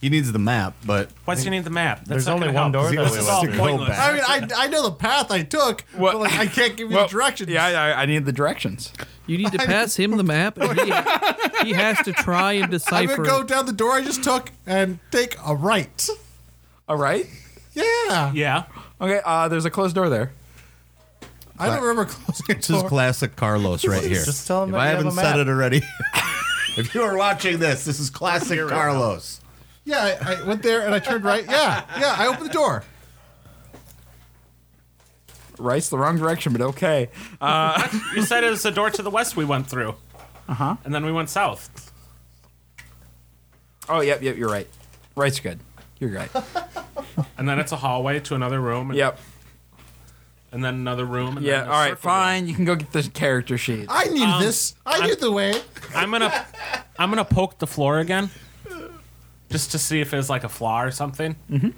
[SPEAKER 6] He needs the map, but
[SPEAKER 1] Why does he need the map? That's
[SPEAKER 3] There's
[SPEAKER 1] not
[SPEAKER 3] only
[SPEAKER 1] gonna
[SPEAKER 3] one
[SPEAKER 1] help.
[SPEAKER 3] door that
[SPEAKER 1] This
[SPEAKER 6] we
[SPEAKER 1] is
[SPEAKER 6] went
[SPEAKER 1] all
[SPEAKER 6] to. Go
[SPEAKER 1] pointless.
[SPEAKER 6] back.
[SPEAKER 5] I mean, I, I know the path I took, but like, I can't give you
[SPEAKER 2] Well,
[SPEAKER 5] the directions.
[SPEAKER 2] Yeah, I, I need the directions.
[SPEAKER 4] You need to pass him the map, and he, he has to try and
[SPEAKER 5] I'm going
[SPEAKER 4] decipher.
[SPEAKER 5] to go down the door I just took and take a right.
[SPEAKER 2] All right.
[SPEAKER 5] Yeah.
[SPEAKER 1] Yeah.
[SPEAKER 2] Okay. Uh, there's a closed door there.
[SPEAKER 5] I don't remember closing
[SPEAKER 6] this
[SPEAKER 5] the
[SPEAKER 6] is
[SPEAKER 5] door.
[SPEAKER 6] classic Carlos right here.
[SPEAKER 3] Just tell him
[SPEAKER 6] if
[SPEAKER 3] that
[SPEAKER 6] I
[SPEAKER 3] you have
[SPEAKER 6] haven't
[SPEAKER 3] a
[SPEAKER 6] said
[SPEAKER 3] map.
[SPEAKER 6] it already. if you are watching this, this is classic Carlos.
[SPEAKER 5] yeah, I, I went there and I turned right. Yeah. Yeah, I opened the door.
[SPEAKER 2] Rice, the wrong direction, but okay.
[SPEAKER 1] You said it was the door to the west we went through. Uh huh. And then we went south.
[SPEAKER 2] Oh, yep, yep, you're right. Right's good. You're right.
[SPEAKER 1] And then it's a hallway to another room. and-
[SPEAKER 2] yep.
[SPEAKER 1] and then another room. And
[SPEAKER 2] Yeah,
[SPEAKER 1] then a
[SPEAKER 2] all right,
[SPEAKER 1] circle room.
[SPEAKER 2] fine. You can go get the character sheet.
[SPEAKER 5] I knew
[SPEAKER 2] Um,
[SPEAKER 5] this. I knew the way.
[SPEAKER 1] I'm gonna I'm gonna poke the floor again, just to see if there's like a flaw or something. Mm-hmm.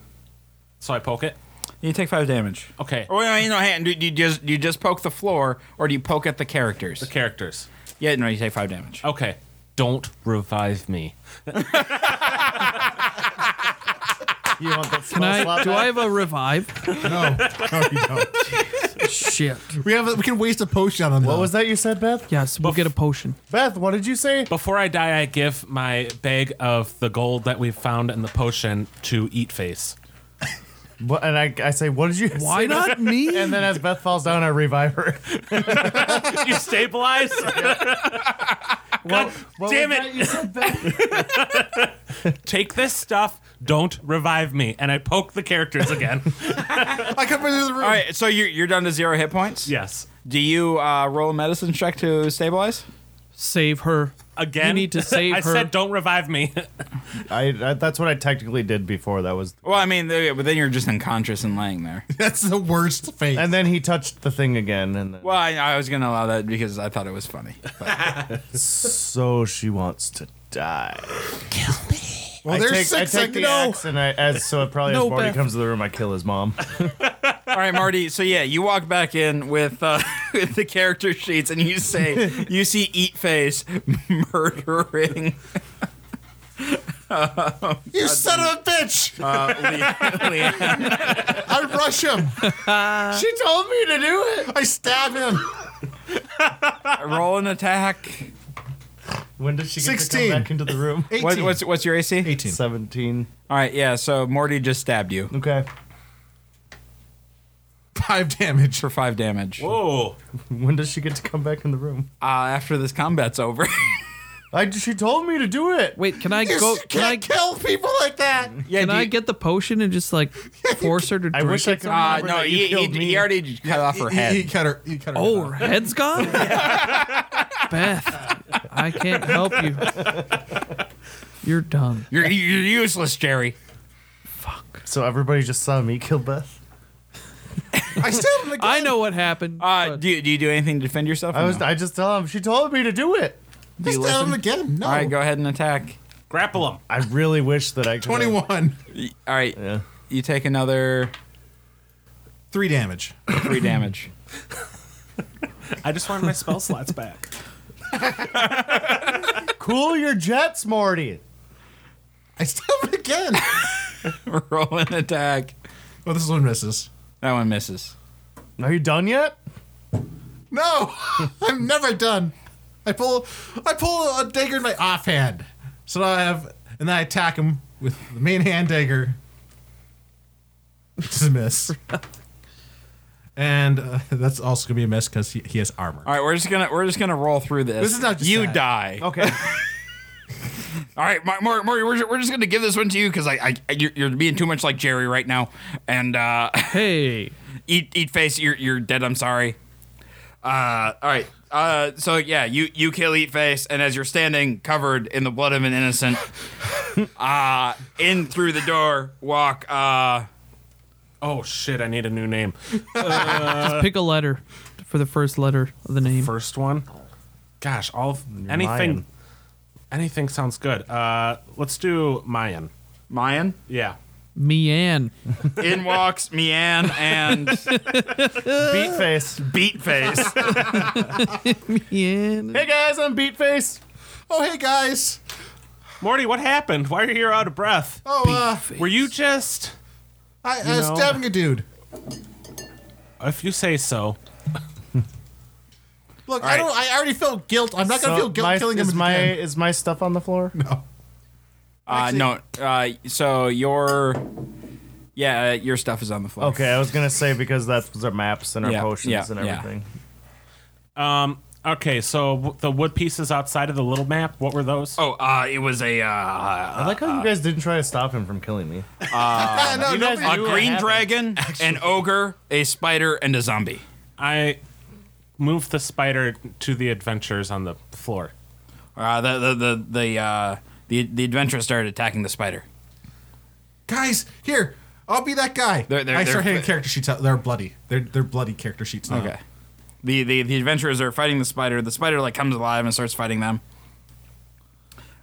[SPEAKER 1] So I poke it.
[SPEAKER 2] You take five damage.
[SPEAKER 1] Okay.
[SPEAKER 2] Oh, wait, no, hang on. Do do you just do you just poke the floor, or do you poke at the characters?
[SPEAKER 1] Characters.
[SPEAKER 2] Yeah, no, you take five damage.
[SPEAKER 1] Okay. Don't revive me.
[SPEAKER 3] You want that
[SPEAKER 4] Can
[SPEAKER 3] small
[SPEAKER 4] I?
[SPEAKER 3] slot
[SPEAKER 4] Do I
[SPEAKER 3] back?
[SPEAKER 4] have a revive?
[SPEAKER 5] No, no, you don't.
[SPEAKER 4] Shit.
[SPEAKER 5] We have. We can waste a potion on
[SPEAKER 3] What
[SPEAKER 5] those.
[SPEAKER 3] was that you said, Beth?
[SPEAKER 4] Yes, we'll get a potion.
[SPEAKER 3] Beth, what did you say?
[SPEAKER 1] Before I die, I give my bag of the gold that we found in the potion to Eat Face.
[SPEAKER 3] What, and I, I say, what did you
[SPEAKER 4] Why
[SPEAKER 3] say?
[SPEAKER 4] not me?
[SPEAKER 3] And then as Beth falls down, I revive her.
[SPEAKER 1] you stabilize?
[SPEAKER 3] What, what
[SPEAKER 1] damn
[SPEAKER 3] was
[SPEAKER 1] it.
[SPEAKER 3] that you said, Beth?
[SPEAKER 1] Take this stuff. Don't revive me. And I poke the characters again.
[SPEAKER 5] I come into the room.
[SPEAKER 2] All right, so you're you're down to zero hit points.
[SPEAKER 1] yes.
[SPEAKER 2] Do you uh, roll a medicine check to stabilize?
[SPEAKER 4] Save her.
[SPEAKER 1] Again.
[SPEAKER 4] You need to save
[SPEAKER 1] I
[SPEAKER 4] her.
[SPEAKER 1] said don't revive me.
[SPEAKER 3] I, I, that's what I technically did before. That was,
[SPEAKER 2] Well, I mean, there- but then you're just unconscious and laying there.
[SPEAKER 5] That's the worst fate.
[SPEAKER 3] and then he touched the thing again, and then,
[SPEAKER 2] Well, I, I was gonna allow that because I thought it was funny.
[SPEAKER 3] so she wants to die.
[SPEAKER 5] well,
[SPEAKER 3] I
[SPEAKER 5] there's
[SPEAKER 3] take,
[SPEAKER 5] six.
[SPEAKER 3] I
[SPEAKER 5] I
[SPEAKER 3] take the
[SPEAKER 5] know.
[SPEAKER 3] axe, and I, as so probably
[SPEAKER 4] No,
[SPEAKER 3] as Morty
[SPEAKER 4] Beth.
[SPEAKER 3] comes to the room, I kill his mom.
[SPEAKER 2] All right, Marty. So yeah, you walk back in with uh, with the character sheets, and you say you see Eat Face murdering
[SPEAKER 5] You son of a bitch!
[SPEAKER 2] uh, Le- Leanne.
[SPEAKER 5] I rush him.
[SPEAKER 3] she told me to do it.
[SPEAKER 5] I stab him.
[SPEAKER 2] Roll an attack.
[SPEAKER 3] When did she get
[SPEAKER 5] 16.
[SPEAKER 3] to come back into the room?
[SPEAKER 5] 18.
[SPEAKER 2] What, what's what's your AC?
[SPEAKER 5] 18.
[SPEAKER 3] Seventeen.
[SPEAKER 2] All right, yeah. So Morty just stabbed you
[SPEAKER 3] Okay.
[SPEAKER 5] Five damage.
[SPEAKER 2] for five damage. Uh,
[SPEAKER 1] Whoa.
[SPEAKER 3] When does she get to come back in the room?
[SPEAKER 2] after this combat's over,
[SPEAKER 3] I, she told me to do it.
[SPEAKER 4] Wait, can I
[SPEAKER 5] You
[SPEAKER 4] go?
[SPEAKER 5] s-
[SPEAKER 4] Can I,
[SPEAKER 5] can't kill people like that.
[SPEAKER 2] yeah.
[SPEAKER 4] can
[SPEAKER 2] do
[SPEAKER 4] I
[SPEAKER 2] you-
[SPEAKER 4] get the potion and just like force her to
[SPEAKER 3] I
[SPEAKER 4] drink?
[SPEAKER 3] wish I
[SPEAKER 4] it?
[SPEAKER 3] could.
[SPEAKER 2] Uh,
[SPEAKER 3] remember
[SPEAKER 2] no,
[SPEAKER 3] that you
[SPEAKER 2] he, he,
[SPEAKER 3] killed me.
[SPEAKER 2] he already cut off her
[SPEAKER 5] He-
[SPEAKER 2] head.
[SPEAKER 5] He, cut her. He cut her.
[SPEAKER 4] Oh,
[SPEAKER 5] head
[SPEAKER 4] her head's gone. Beth, I can't help you. You're done.
[SPEAKER 2] You're, you're useless, Jerry.
[SPEAKER 3] So everybody just saw me kill Beth.
[SPEAKER 5] off. I stabbed him again.
[SPEAKER 4] I know what happened.
[SPEAKER 2] Uh,
[SPEAKER 4] but
[SPEAKER 2] do, you- do you do anything to defend yourself?
[SPEAKER 3] I
[SPEAKER 2] or
[SPEAKER 3] was.
[SPEAKER 2] no?
[SPEAKER 3] I just tell him. She told me to do it.
[SPEAKER 5] I
[SPEAKER 2] you
[SPEAKER 5] stabbed him
[SPEAKER 2] listen?
[SPEAKER 5] again. No.
[SPEAKER 2] All right, go ahead and attack.
[SPEAKER 1] Grapple him.
[SPEAKER 3] I really wish that I could. uh,
[SPEAKER 5] 21.
[SPEAKER 2] All right,
[SPEAKER 3] Yeah.
[SPEAKER 2] you take another
[SPEAKER 5] Three damage.
[SPEAKER 2] three damage.
[SPEAKER 1] I just wanted my spell slots back.
[SPEAKER 3] Cool your jets, Morty.
[SPEAKER 5] I stabbed him again.
[SPEAKER 2] Roll an attack.
[SPEAKER 5] Oh, this one misses.
[SPEAKER 2] That one misses.
[SPEAKER 3] Are you done yet?
[SPEAKER 5] No, I'm never done. I pull, I pull a dagger in my offhand. So now I have, and then I attack him with the main hand dagger. It's a miss. And uh, that's also gonna be a miss because he, he has armor.
[SPEAKER 2] All right, we're just gonna we're just gonna roll through this.
[SPEAKER 5] This is not just Oh.
[SPEAKER 2] you
[SPEAKER 5] that.
[SPEAKER 2] die.
[SPEAKER 3] Okay.
[SPEAKER 2] All right, Mar- Mar- Maury, we're, ju- we're just gonna give this one to you because I, I, I you're, you're being too much like Jerry right now. And uh,
[SPEAKER 4] hey,
[SPEAKER 2] eat eat face, you're you're dead. I'm sorry. Uh, all right. Uh, so yeah, you you kill eat face, and as you're standing covered in the blood of an innocent, uh, in through the door walk. Uh,
[SPEAKER 1] Oh shit! I need a new name.
[SPEAKER 4] just pick a letter for the first letter of the name.
[SPEAKER 1] First one. Gosh, all of- anything.
[SPEAKER 3] Mayan.
[SPEAKER 1] Anything sounds good. Uh, let's do Mayan.
[SPEAKER 2] Mayan.
[SPEAKER 1] Yeah.
[SPEAKER 4] Mian.
[SPEAKER 2] In walks Mian and
[SPEAKER 3] Beat face.
[SPEAKER 2] Beat Face.
[SPEAKER 4] Mian.
[SPEAKER 3] Hey guys, I'm Beat face.
[SPEAKER 5] Oh hey guys.
[SPEAKER 1] Morty, what happened? Why are you out of breath?
[SPEAKER 5] Oh, uh,
[SPEAKER 1] Were you just?
[SPEAKER 5] I, I was
[SPEAKER 1] know.
[SPEAKER 5] stabbing a dude.
[SPEAKER 1] If you say so.
[SPEAKER 5] Look,
[SPEAKER 2] right.
[SPEAKER 5] I don't. I already felt guilt. I'm not gonna feel guilt
[SPEAKER 3] my,
[SPEAKER 5] killing him
[SPEAKER 3] is my
[SPEAKER 5] again.
[SPEAKER 3] is my stuff on the floor?
[SPEAKER 2] Uh, no. Uh, so your yeah, uh, your stuff is on the floor.
[SPEAKER 3] Okay, I was gonna say because that's our maps and our
[SPEAKER 2] Yeah,
[SPEAKER 3] potions
[SPEAKER 2] yeah,
[SPEAKER 3] and
[SPEAKER 2] yeah.
[SPEAKER 3] everything.
[SPEAKER 1] Okay, so w- the wood pieces outside of the little map. What were those?
[SPEAKER 2] Oh, uh, it was a uh,
[SPEAKER 3] I like how you guys didn't try to stop him from killing me.
[SPEAKER 5] Yeah, no,
[SPEAKER 3] you
[SPEAKER 5] no,
[SPEAKER 3] guys
[SPEAKER 2] a
[SPEAKER 3] knew what
[SPEAKER 2] green
[SPEAKER 3] happened.
[SPEAKER 2] dragon, an ogre, a spider, and a zombie.
[SPEAKER 1] I moved the spider to the adventures on the floor.
[SPEAKER 2] Uh, the the the the uh, the, the adventurers started attacking the spider.
[SPEAKER 5] guys, here. I'll be that guy.
[SPEAKER 2] They're- they're-
[SPEAKER 5] I start
[SPEAKER 2] they're-
[SPEAKER 5] hitting character sheets out. They're bloody. They're they're bloody character sheets now.
[SPEAKER 2] Okay. The, the the adventurers are fighting the spider. The spider like comes alive and starts fighting them.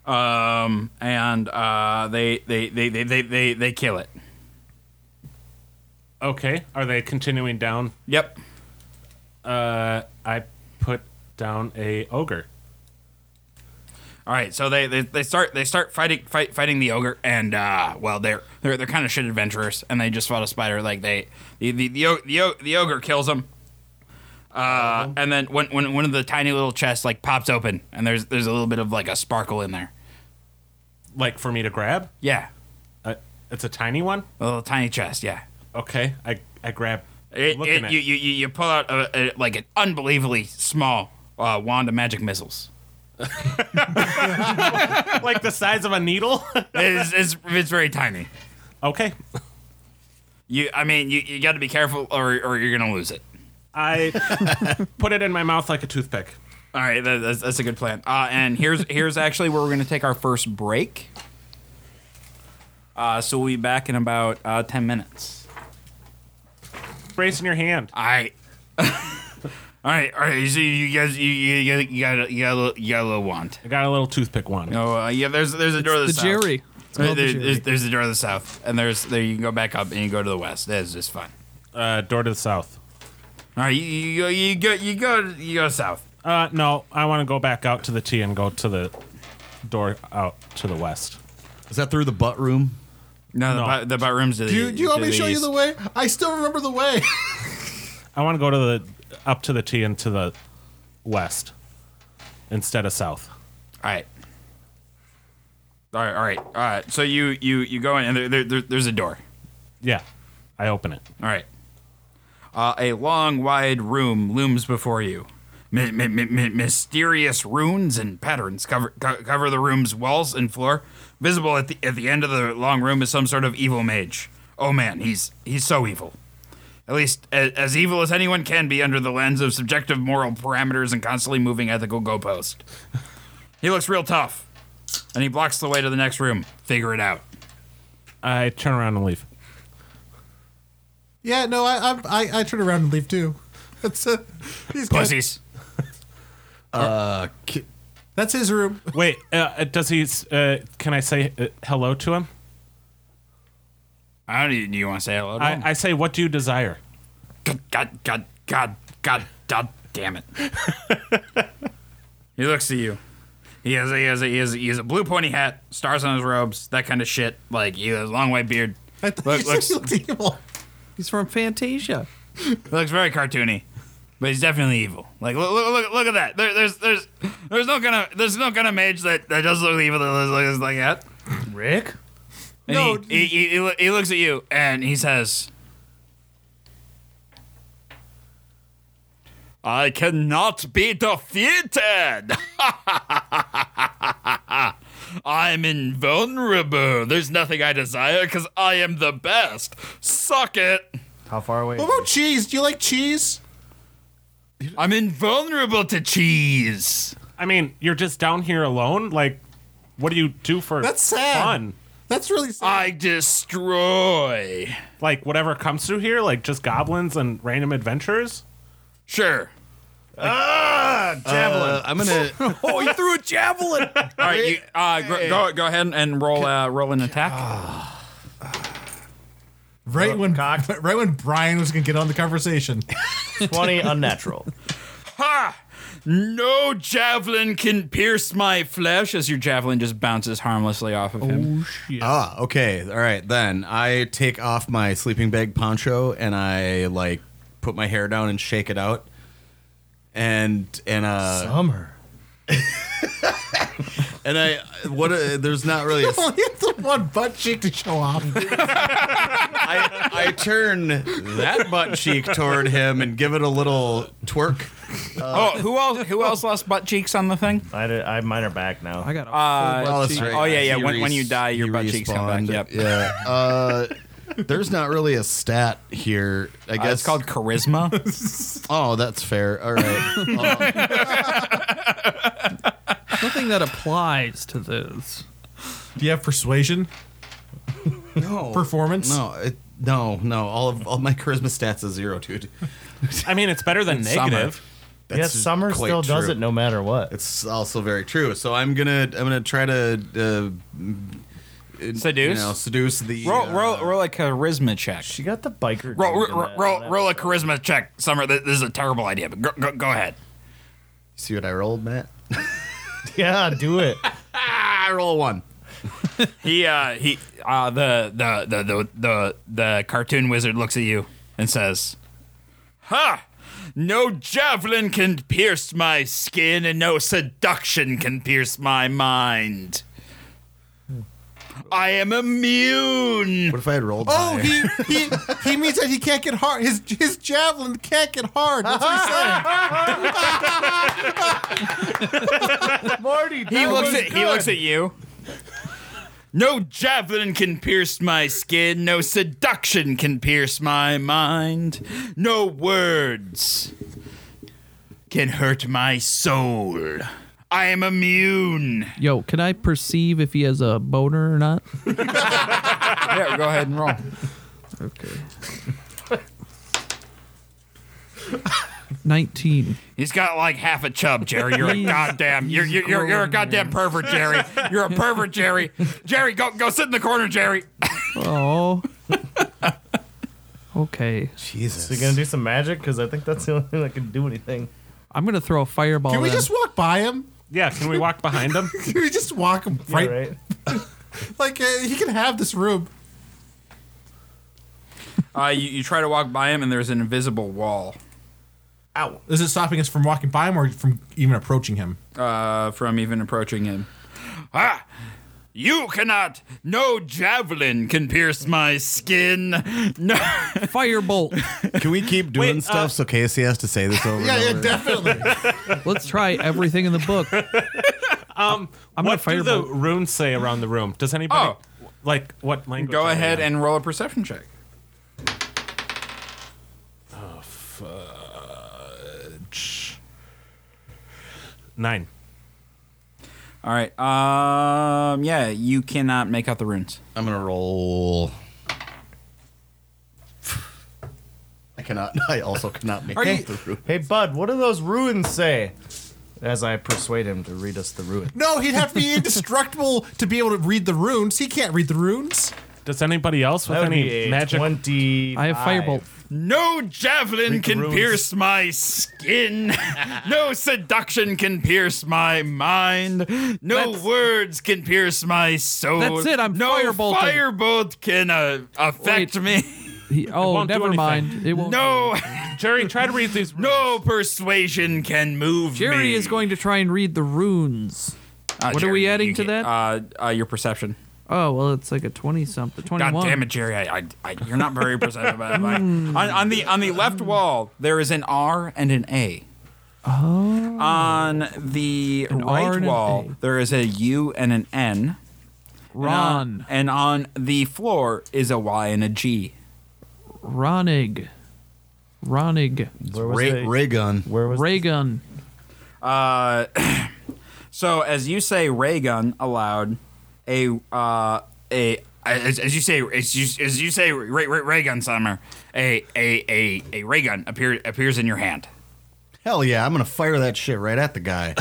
[SPEAKER 2] Um and uh they they they they they they, they kill it.
[SPEAKER 1] Okay. Are they continuing down?
[SPEAKER 2] Yep.
[SPEAKER 1] Uh, I put down a ogre.
[SPEAKER 2] All right, so they, they, they start they start fighting fight, fighting the ogre, and uh, well they're they're they're kind of shit adventurers, and they just fought a spider. Like they the the the, o- the, o- the ogre kills them, uh, and then one, one, one of the tiny little chests like pops open, and there's there's a little bit of like a sparkle in there.
[SPEAKER 1] Like for me to grab?
[SPEAKER 2] Yeah,
[SPEAKER 1] Uh, it's a tiny one.
[SPEAKER 2] a little tiny chest. Yeah,
[SPEAKER 1] Okay. I I grab.
[SPEAKER 2] it,
[SPEAKER 1] looking
[SPEAKER 2] it,
[SPEAKER 1] at-
[SPEAKER 2] you, you you you pull out a, a, like an unbelievably small uh, wand of magic missiles.
[SPEAKER 1] like the size of a needle.
[SPEAKER 2] It's, it's it's very tiny.
[SPEAKER 1] okay.
[SPEAKER 2] You I mean you, you got to be careful or or you're gonna lose it.
[SPEAKER 1] I put it in my mouth like a toothpick.
[SPEAKER 2] All right, that, that's, that's a good plan. Uh, and here's here's actually where we're going to take our first break. Uh, so we'll be back in about uh, ten minutes.
[SPEAKER 1] Brace in your hand.
[SPEAKER 2] All right. all right, all right. So you guys, you you, you, you got a, you got a little, you got a little wand.
[SPEAKER 1] I got a little toothpick wand.
[SPEAKER 2] Oh uh, yeah, there's there's a door to the,
[SPEAKER 4] The
[SPEAKER 2] south.
[SPEAKER 4] Jerry. It's
[SPEAKER 2] There-
[SPEAKER 4] called the
[SPEAKER 2] there-
[SPEAKER 4] Jerry.
[SPEAKER 2] there's, there's the door to the south, and there's there you can go back up and you go to the west. That's just fun.
[SPEAKER 1] Uh, door to the south.
[SPEAKER 2] All right, you, you go you go you go you go south.
[SPEAKER 1] Uh, no, I want to go back out to the T and go to the door out to the west.
[SPEAKER 6] Is that through the butt room?
[SPEAKER 2] No, the
[SPEAKER 1] No.
[SPEAKER 2] butt- the butt rooms to the
[SPEAKER 5] Do you, do you want me to show you
[SPEAKER 2] east.
[SPEAKER 5] the way? I still remember the way.
[SPEAKER 1] I want to go to the up to the T and to the west instead of south.
[SPEAKER 2] All right. All right, all right, all right. Uh, So you you you go in, and there, there, there there's a door.
[SPEAKER 1] Yeah, I open it.
[SPEAKER 2] All right. Uh, a long, wide room looms before you. My, my, my, my- mysterious runes and patterns cover co- cover the room's walls and floor. Visible at the at the end of the long room is some sort of evil mage. Oh man, he's he's so evil. At least as, as evil as anyone can be under the lens of subjective moral parameters and constantly moving ethical goalposts. he looks real tough, and he blocks the way to the next room. Figure it out.
[SPEAKER 1] I turn around and leave.
[SPEAKER 5] yeah, no, I, I I I turn around and leave too. That's uh, these guys-
[SPEAKER 2] Pussies.
[SPEAKER 6] Uh, ki-
[SPEAKER 5] That's his room.
[SPEAKER 1] Wait, uh, uh, does he? s- Uh, can I say uh, hello to him?
[SPEAKER 2] I don't even. Do you want to say hello? To him?
[SPEAKER 1] I, I say, what do you desire?
[SPEAKER 2] God, God, God, God, God, God damn it. he looks at you. He has a, he has a, he has a, he has a blue pointy hat, stars on his robes, that kind of shit. Like he has a long white beard.
[SPEAKER 5] I
[SPEAKER 2] Look-
[SPEAKER 5] thought you said
[SPEAKER 2] looks-
[SPEAKER 5] he looked evil.
[SPEAKER 4] He's from Fantasia.
[SPEAKER 2] Looks very cartoony, but he's definitely evil. Like look, look, look, look at that. There, there's, there's, there's no kind of, there's no kind of mage that, that does look evil that looks like that.
[SPEAKER 3] Rick?
[SPEAKER 2] And
[SPEAKER 5] No,
[SPEAKER 2] he, he, he, he, loo- he looks at you and he says, I cannot be defeated. I'm invulnerable. There's nothing I desire because I am the best. Suck it.
[SPEAKER 3] How far away?
[SPEAKER 5] What about cheese? Do you like cheese?
[SPEAKER 2] I'm invulnerable to cheese.
[SPEAKER 1] I mean, you're just down here alone. Like, what do you do for
[SPEAKER 5] That's sad.
[SPEAKER 1] fun?
[SPEAKER 5] That's really sad.
[SPEAKER 2] I destroy.
[SPEAKER 1] Like, whatever comes through here, like just goblins and random adventures.
[SPEAKER 2] Sure.
[SPEAKER 6] uh, I'm gonna.
[SPEAKER 2] Oh, you threw a javelin. All right, you, uh, gr- go go ahead and roll uh, roll an attack.
[SPEAKER 5] right when right when Brian was gonna get on the conversation.
[SPEAKER 3] 20 unnatural.
[SPEAKER 2] Ha! Ah, No javelin can pierce my flesh as your javelin just bounces harmlessly off of him.
[SPEAKER 6] ah, okay. All right, then I take off my sleeping bag poncho and I like put my hair down and shake it out, and and uh
[SPEAKER 3] Summer.
[SPEAKER 6] and I what uh, there's not really. A,
[SPEAKER 5] Only had the one butt cheek to show off.
[SPEAKER 6] I, I turn that butt cheek toward him and give it a little twerk.
[SPEAKER 2] oh, who else? Who else lost butt cheeks on the thing?
[SPEAKER 3] I, did- I mine are back now.
[SPEAKER 4] I got a
[SPEAKER 2] Uh,
[SPEAKER 4] full butt
[SPEAKER 6] that's
[SPEAKER 4] cheek.
[SPEAKER 6] right.
[SPEAKER 2] Oh yeah, yeah.
[SPEAKER 6] He
[SPEAKER 2] When, when you
[SPEAKER 6] res-
[SPEAKER 2] die, your
[SPEAKER 6] he
[SPEAKER 2] butt cheeks come
[SPEAKER 6] respawned.
[SPEAKER 2] back. Yep.
[SPEAKER 6] Yeah. Uh, there's not really a stat here. I
[SPEAKER 2] Uh,
[SPEAKER 6] guess
[SPEAKER 2] it's called charisma.
[SPEAKER 6] Oh, that's fair. All right. Um,
[SPEAKER 4] Nothing that applies to this.
[SPEAKER 5] Do you have persuasion?
[SPEAKER 6] no.
[SPEAKER 5] Performance?
[SPEAKER 6] No. It, No, no. All of all my charisma stats is zero, dude.
[SPEAKER 1] I mean, it's better than
[SPEAKER 2] Summer.
[SPEAKER 1] negative.
[SPEAKER 3] yeah,
[SPEAKER 6] That's
[SPEAKER 3] Summer
[SPEAKER 6] quite
[SPEAKER 3] still does
[SPEAKER 6] true.
[SPEAKER 3] it no matter what.
[SPEAKER 6] It's also very true. So I'm gonna I'm gonna try to uh, you
[SPEAKER 2] Seduce.
[SPEAKER 6] know, seduce the
[SPEAKER 2] roll,
[SPEAKER 6] uh,
[SPEAKER 2] roll, roll a charisma check.
[SPEAKER 3] she got the biker.
[SPEAKER 2] Roll, roll,
[SPEAKER 3] dude in
[SPEAKER 2] roll,
[SPEAKER 3] that-
[SPEAKER 2] roll,
[SPEAKER 3] that-
[SPEAKER 2] roll a charisma check, Summer. This, this is a terrible idea, but go, go, go ahead.
[SPEAKER 6] See what I rolled, Matt?
[SPEAKER 3] Yeah, do it.
[SPEAKER 6] I roll a one.
[SPEAKER 2] He, uh, he, uh, the, the, the, the, the, the cartoon wizard looks at you and says, "Ha! No javelin can pierce my skin, and no seduction can pierce my mind. I am immune."
[SPEAKER 6] What if I had rolled?
[SPEAKER 5] Oh,
[SPEAKER 6] higher?
[SPEAKER 5] he, he he means that he can't get hard. His his javelin can't get hard. That's what he's saying.
[SPEAKER 3] Marty,
[SPEAKER 2] He looks at he looks at you. No javelin can pierce my skin, no seduction can pierce my mind. No words can hurt my soul. I am immune.
[SPEAKER 4] Yo, can I perceive if he has a boner or not?
[SPEAKER 2] Yeah, go ahead and roll.
[SPEAKER 4] Okay. 19.
[SPEAKER 2] He's got like half a chub, Jerry. You're a
[SPEAKER 4] He's-
[SPEAKER 2] goddamn you're you're, you're, you're a goddamn pervert, Jerry. You're a pervert, Jerry. Jerry, go go sit in the corner, Jerry.
[SPEAKER 4] Oh. okay.
[SPEAKER 6] Jesus.
[SPEAKER 3] So you gonna do some magic? Because I think that's the only thing that can do anything.
[SPEAKER 4] I'm going to throw a fireball.
[SPEAKER 5] Can we
[SPEAKER 4] then.
[SPEAKER 5] just walk by him?
[SPEAKER 1] Yeah, can we walk behind him?
[SPEAKER 5] Can we just walk him
[SPEAKER 3] Yeah,
[SPEAKER 5] right?
[SPEAKER 3] right?
[SPEAKER 5] Like uh, he can have this room.
[SPEAKER 2] Uh, you, you try to walk by him and there's an invisible wall.
[SPEAKER 5] Ow! Is it stopping us from walking by him or from even approaching him?
[SPEAKER 2] uh, from even approaching him. Ah! You cannot! No javelin can pierce my skin! No!
[SPEAKER 4] firebolt.
[SPEAKER 6] Can we keep doing
[SPEAKER 1] Wait,
[SPEAKER 6] stuff
[SPEAKER 1] uh,
[SPEAKER 6] so Casey has to say this over?
[SPEAKER 5] Yeah,
[SPEAKER 6] and
[SPEAKER 5] yeah,
[SPEAKER 6] over?
[SPEAKER 5] definitely.
[SPEAKER 4] Let's try everything in the book. I'm gonna
[SPEAKER 1] what do the
[SPEAKER 4] firebolt.
[SPEAKER 1] runes say around the room? Does anybody
[SPEAKER 2] Oh.
[SPEAKER 1] like what language?
[SPEAKER 2] Go
[SPEAKER 1] are they
[SPEAKER 2] ahead
[SPEAKER 1] in?
[SPEAKER 2] and roll a perception check.
[SPEAKER 1] nine.
[SPEAKER 2] All right. Um. Yeah, you cannot make out the runes.
[SPEAKER 6] I'm gonna roll. I cannot. I also cannot make
[SPEAKER 3] you-
[SPEAKER 6] out the room.
[SPEAKER 3] Hey, bud, what do those ruins say? As I persuade him to read us the ruin.
[SPEAKER 5] no, he'd have to be indestructible to be able to read the runes. He can't read the runes.
[SPEAKER 1] Does anybody else with
[SPEAKER 3] That would be
[SPEAKER 1] any
[SPEAKER 3] a
[SPEAKER 1] magic?
[SPEAKER 3] twenty.
[SPEAKER 4] I have firebolt.
[SPEAKER 2] No javelin can
[SPEAKER 1] runes.
[SPEAKER 2] pierce my skin. no seduction can pierce my mind. No words can pierce my soul.
[SPEAKER 4] That's it, I'm
[SPEAKER 2] no
[SPEAKER 4] firebolting.
[SPEAKER 2] firebolt can uh, affect
[SPEAKER 4] Wait.
[SPEAKER 2] me.
[SPEAKER 4] He- oh,
[SPEAKER 1] won't do
[SPEAKER 4] never
[SPEAKER 1] anything.
[SPEAKER 4] mind. It won't.
[SPEAKER 2] No.
[SPEAKER 1] Jerry, try to read these. Runes.
[SPEAKER 2] No persuasion can move me.
[SPEAKER 4] Jerry is going to try and read the runes.
[SPEAKER 2] Uh,
[SPEAKER 4] What are we adding
[SPEAKER 2] you
[SPEAKER 4] to
[SPEAKER 2] get- Uh, uh, your perception.
[SPEAKER 4] Oh well, it's like a twenty something,
[SPEAKER 2] God
[SPEAKER 4] twenty-one. Hmm.
[SPEAKER 2] damn it, Jerry! I, I, I, you're not very perceptive about it. Mike. on, on the on the left wall, there is an R and an A. Oh. On the
[SPEAKER 4] R
[SPEAKER 2] right
[SPEAKER 4] and an
[SPEAKER 2] wall,
[SPEAKER 4] A.
[SPEAKER 2] there is a U and an N.
[SPEAKER 4] Ron,
[SPEAKER 2] And on, and on the floor is a Y and a G.
[SPEAKER 4] Ronig, Ronig,
[SPEAKER 3] Where was
[SPEAKER 6] Ray,
[SPEAKER 3] it?
[SPEAKER 6] ray gun.
[SPEAKER 3] Where was
[SPEAKER 4] Raygun.
[SPEAKER 2] So as you say ray gun aloud, a uh a as, as you say as you as you say ray, ray, ray gun summer, a a a a ray gun appear, appears in your hand.
[SPEAKER 6] Hell yeah! I'm gonna fire that shit right at the guy.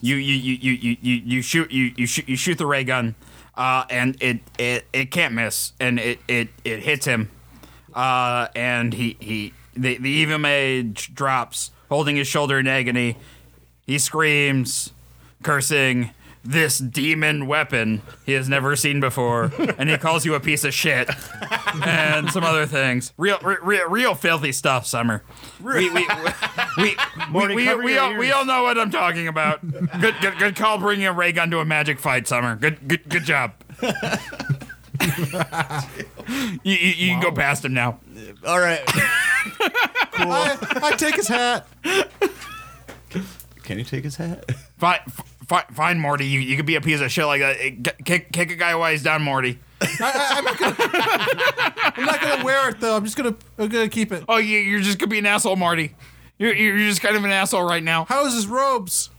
[SPEAKER 2] You you you you you, you, you shoot you you shoot you shoot the ray gun, uh and it it, it can't miss and it it it hits him, uh and he he the the evil mage drops holding his shoulder in agony. He screams, cursing this demon weapon he has never seen before, and he calls you a piece of shit and some other things. Real, re- real, real filthy stuff, Summer. We, we, we, we,
[SPEAKER 3] Morty,
[SPEAKER 2] we,
[SPEAKER 3] cover
[SPEAKER 2] we,
[SPEAKER 3] your
[SPEAKER 2] all, we
[SPEAKER 3] ears.
[SPEAKER 2] all know what I'm talking about. Good, good, good call bringing a ray gun to a magic fight, Summer. Good, good, good job. you you, you can go past him now.
[SPEAKER 6] All right.
[SPEAKER 5] I, I take his hat.
[SPEAKER 6] Can you take his hat?
[SPEAKER 2] Fine, fi- fine, Morty. You, you could be a piece of shit like that. Eh, k- Kick, kick a guy while he's down, Morty.
[SPEAKER 5] I'm not gonna wear it though. I'm just gonna I'm gonna keep it.
[SPEAKER 2] Oh, you, you're just gonna be an asshole, Marty. You're, you're just kind of an asshole right now.
[SPEAKER 5] How is his robes?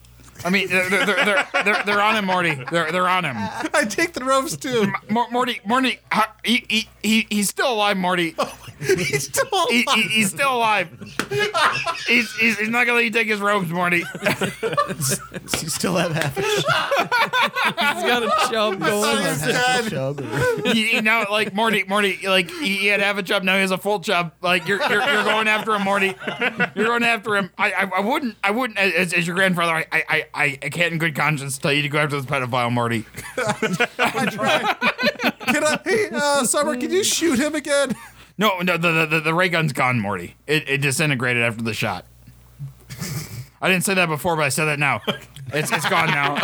[SPEAKER 2] I mean, they're, they're, they're, they're, they're on him, Morty. They're, they're on him.
[SPEAKER 5] I take the ropes too.
[SPEAKER 2] Mor- Morty, Morty, ha- he, he, he, he's still alive, Morty.
[SPEAKER 5] He's still
[SPEAKER 2] He, he,
[SPEAKER 5] alive.
[SPEAKER 2] he's still alive. He's, he's, he's not gonna let you take his robes, Morty.
[SPEAKER 6] You still have half a
[SPEAKER 4] He's got a chub going.
[SPEAKER 5] He's dead.
[SPEAKER 6] job.
[SPEAKER 2] You, you know, like Morty, Morty, like he, he had half a job, now he has a full job. Like you're, you're, you're going after him, Morty. You're going after him. I, I, I wouldn't, I wouldn't, as, as your grandfather, I, I, I, I can't in good conscience tell you to go after this pedophile, Morty.
[SPEAKER 5] Can I, hey, uh, Summer, can you shoot him again?
[SPEAKER 2] No, no, the the- the, the ray gun's gone, Morty. It, it disintegrated after the shot. I didn't say that before, but I said that now. It's, it's gone now.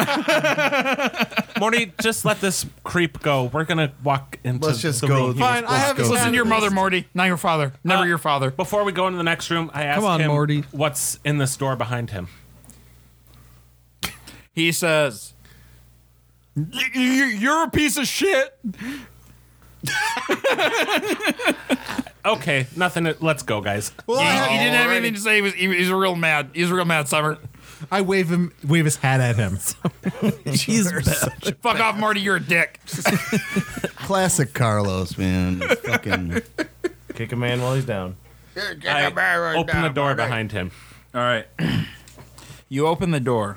[SPEAKER 1] Morty, just let this creep go. We're gonna walk into.
[SPEAKER 6] Let's just
[SPEAKER 1] the
[SPEAKER 6] go.
[SPEAKER 1] room.
[SPEAKER 5] Fine, I have his
[SPEAKER 2] Listen to
[SPEAKER 5] hand.
[SPEAKER 2] your mother, Morty, not your father. Never
[SPEAKER 1] Uh,
[SPEAKER 2] your father.
[SPEAKER 1] Before we go into the next room, I asked
[SPEAKER 4] on,
[SPEAKER 1] him
[SPEAKER 4] Morty.
[SPEAKER 1] what's in this door behind him.
[SPEAKER 2] He says, "Y- y- You're a piece of shit.
[SPEAKER 1] Okay, nothing. Let's go, guys.
[SPEAKER 5] Well, I,
[SPEAKER 2] he
[SPEAKER 5] have-
[SPEAKER 2] didn't have anything to say. He was, he was real mad. He was real mad, Summer.
[SPEAKER 5] I wave him, wave his hat at him.
[SPEAKER 2] Fuck off, Morty. You're a dick.
[SPEAKER 6] Classic Carlos, man. Just Fucking.
[SPEAKER 3] Kick a man while he's down.
[SPEAKER 1] I open the door behind him.
[SPEAKER 2] All right. you open the door.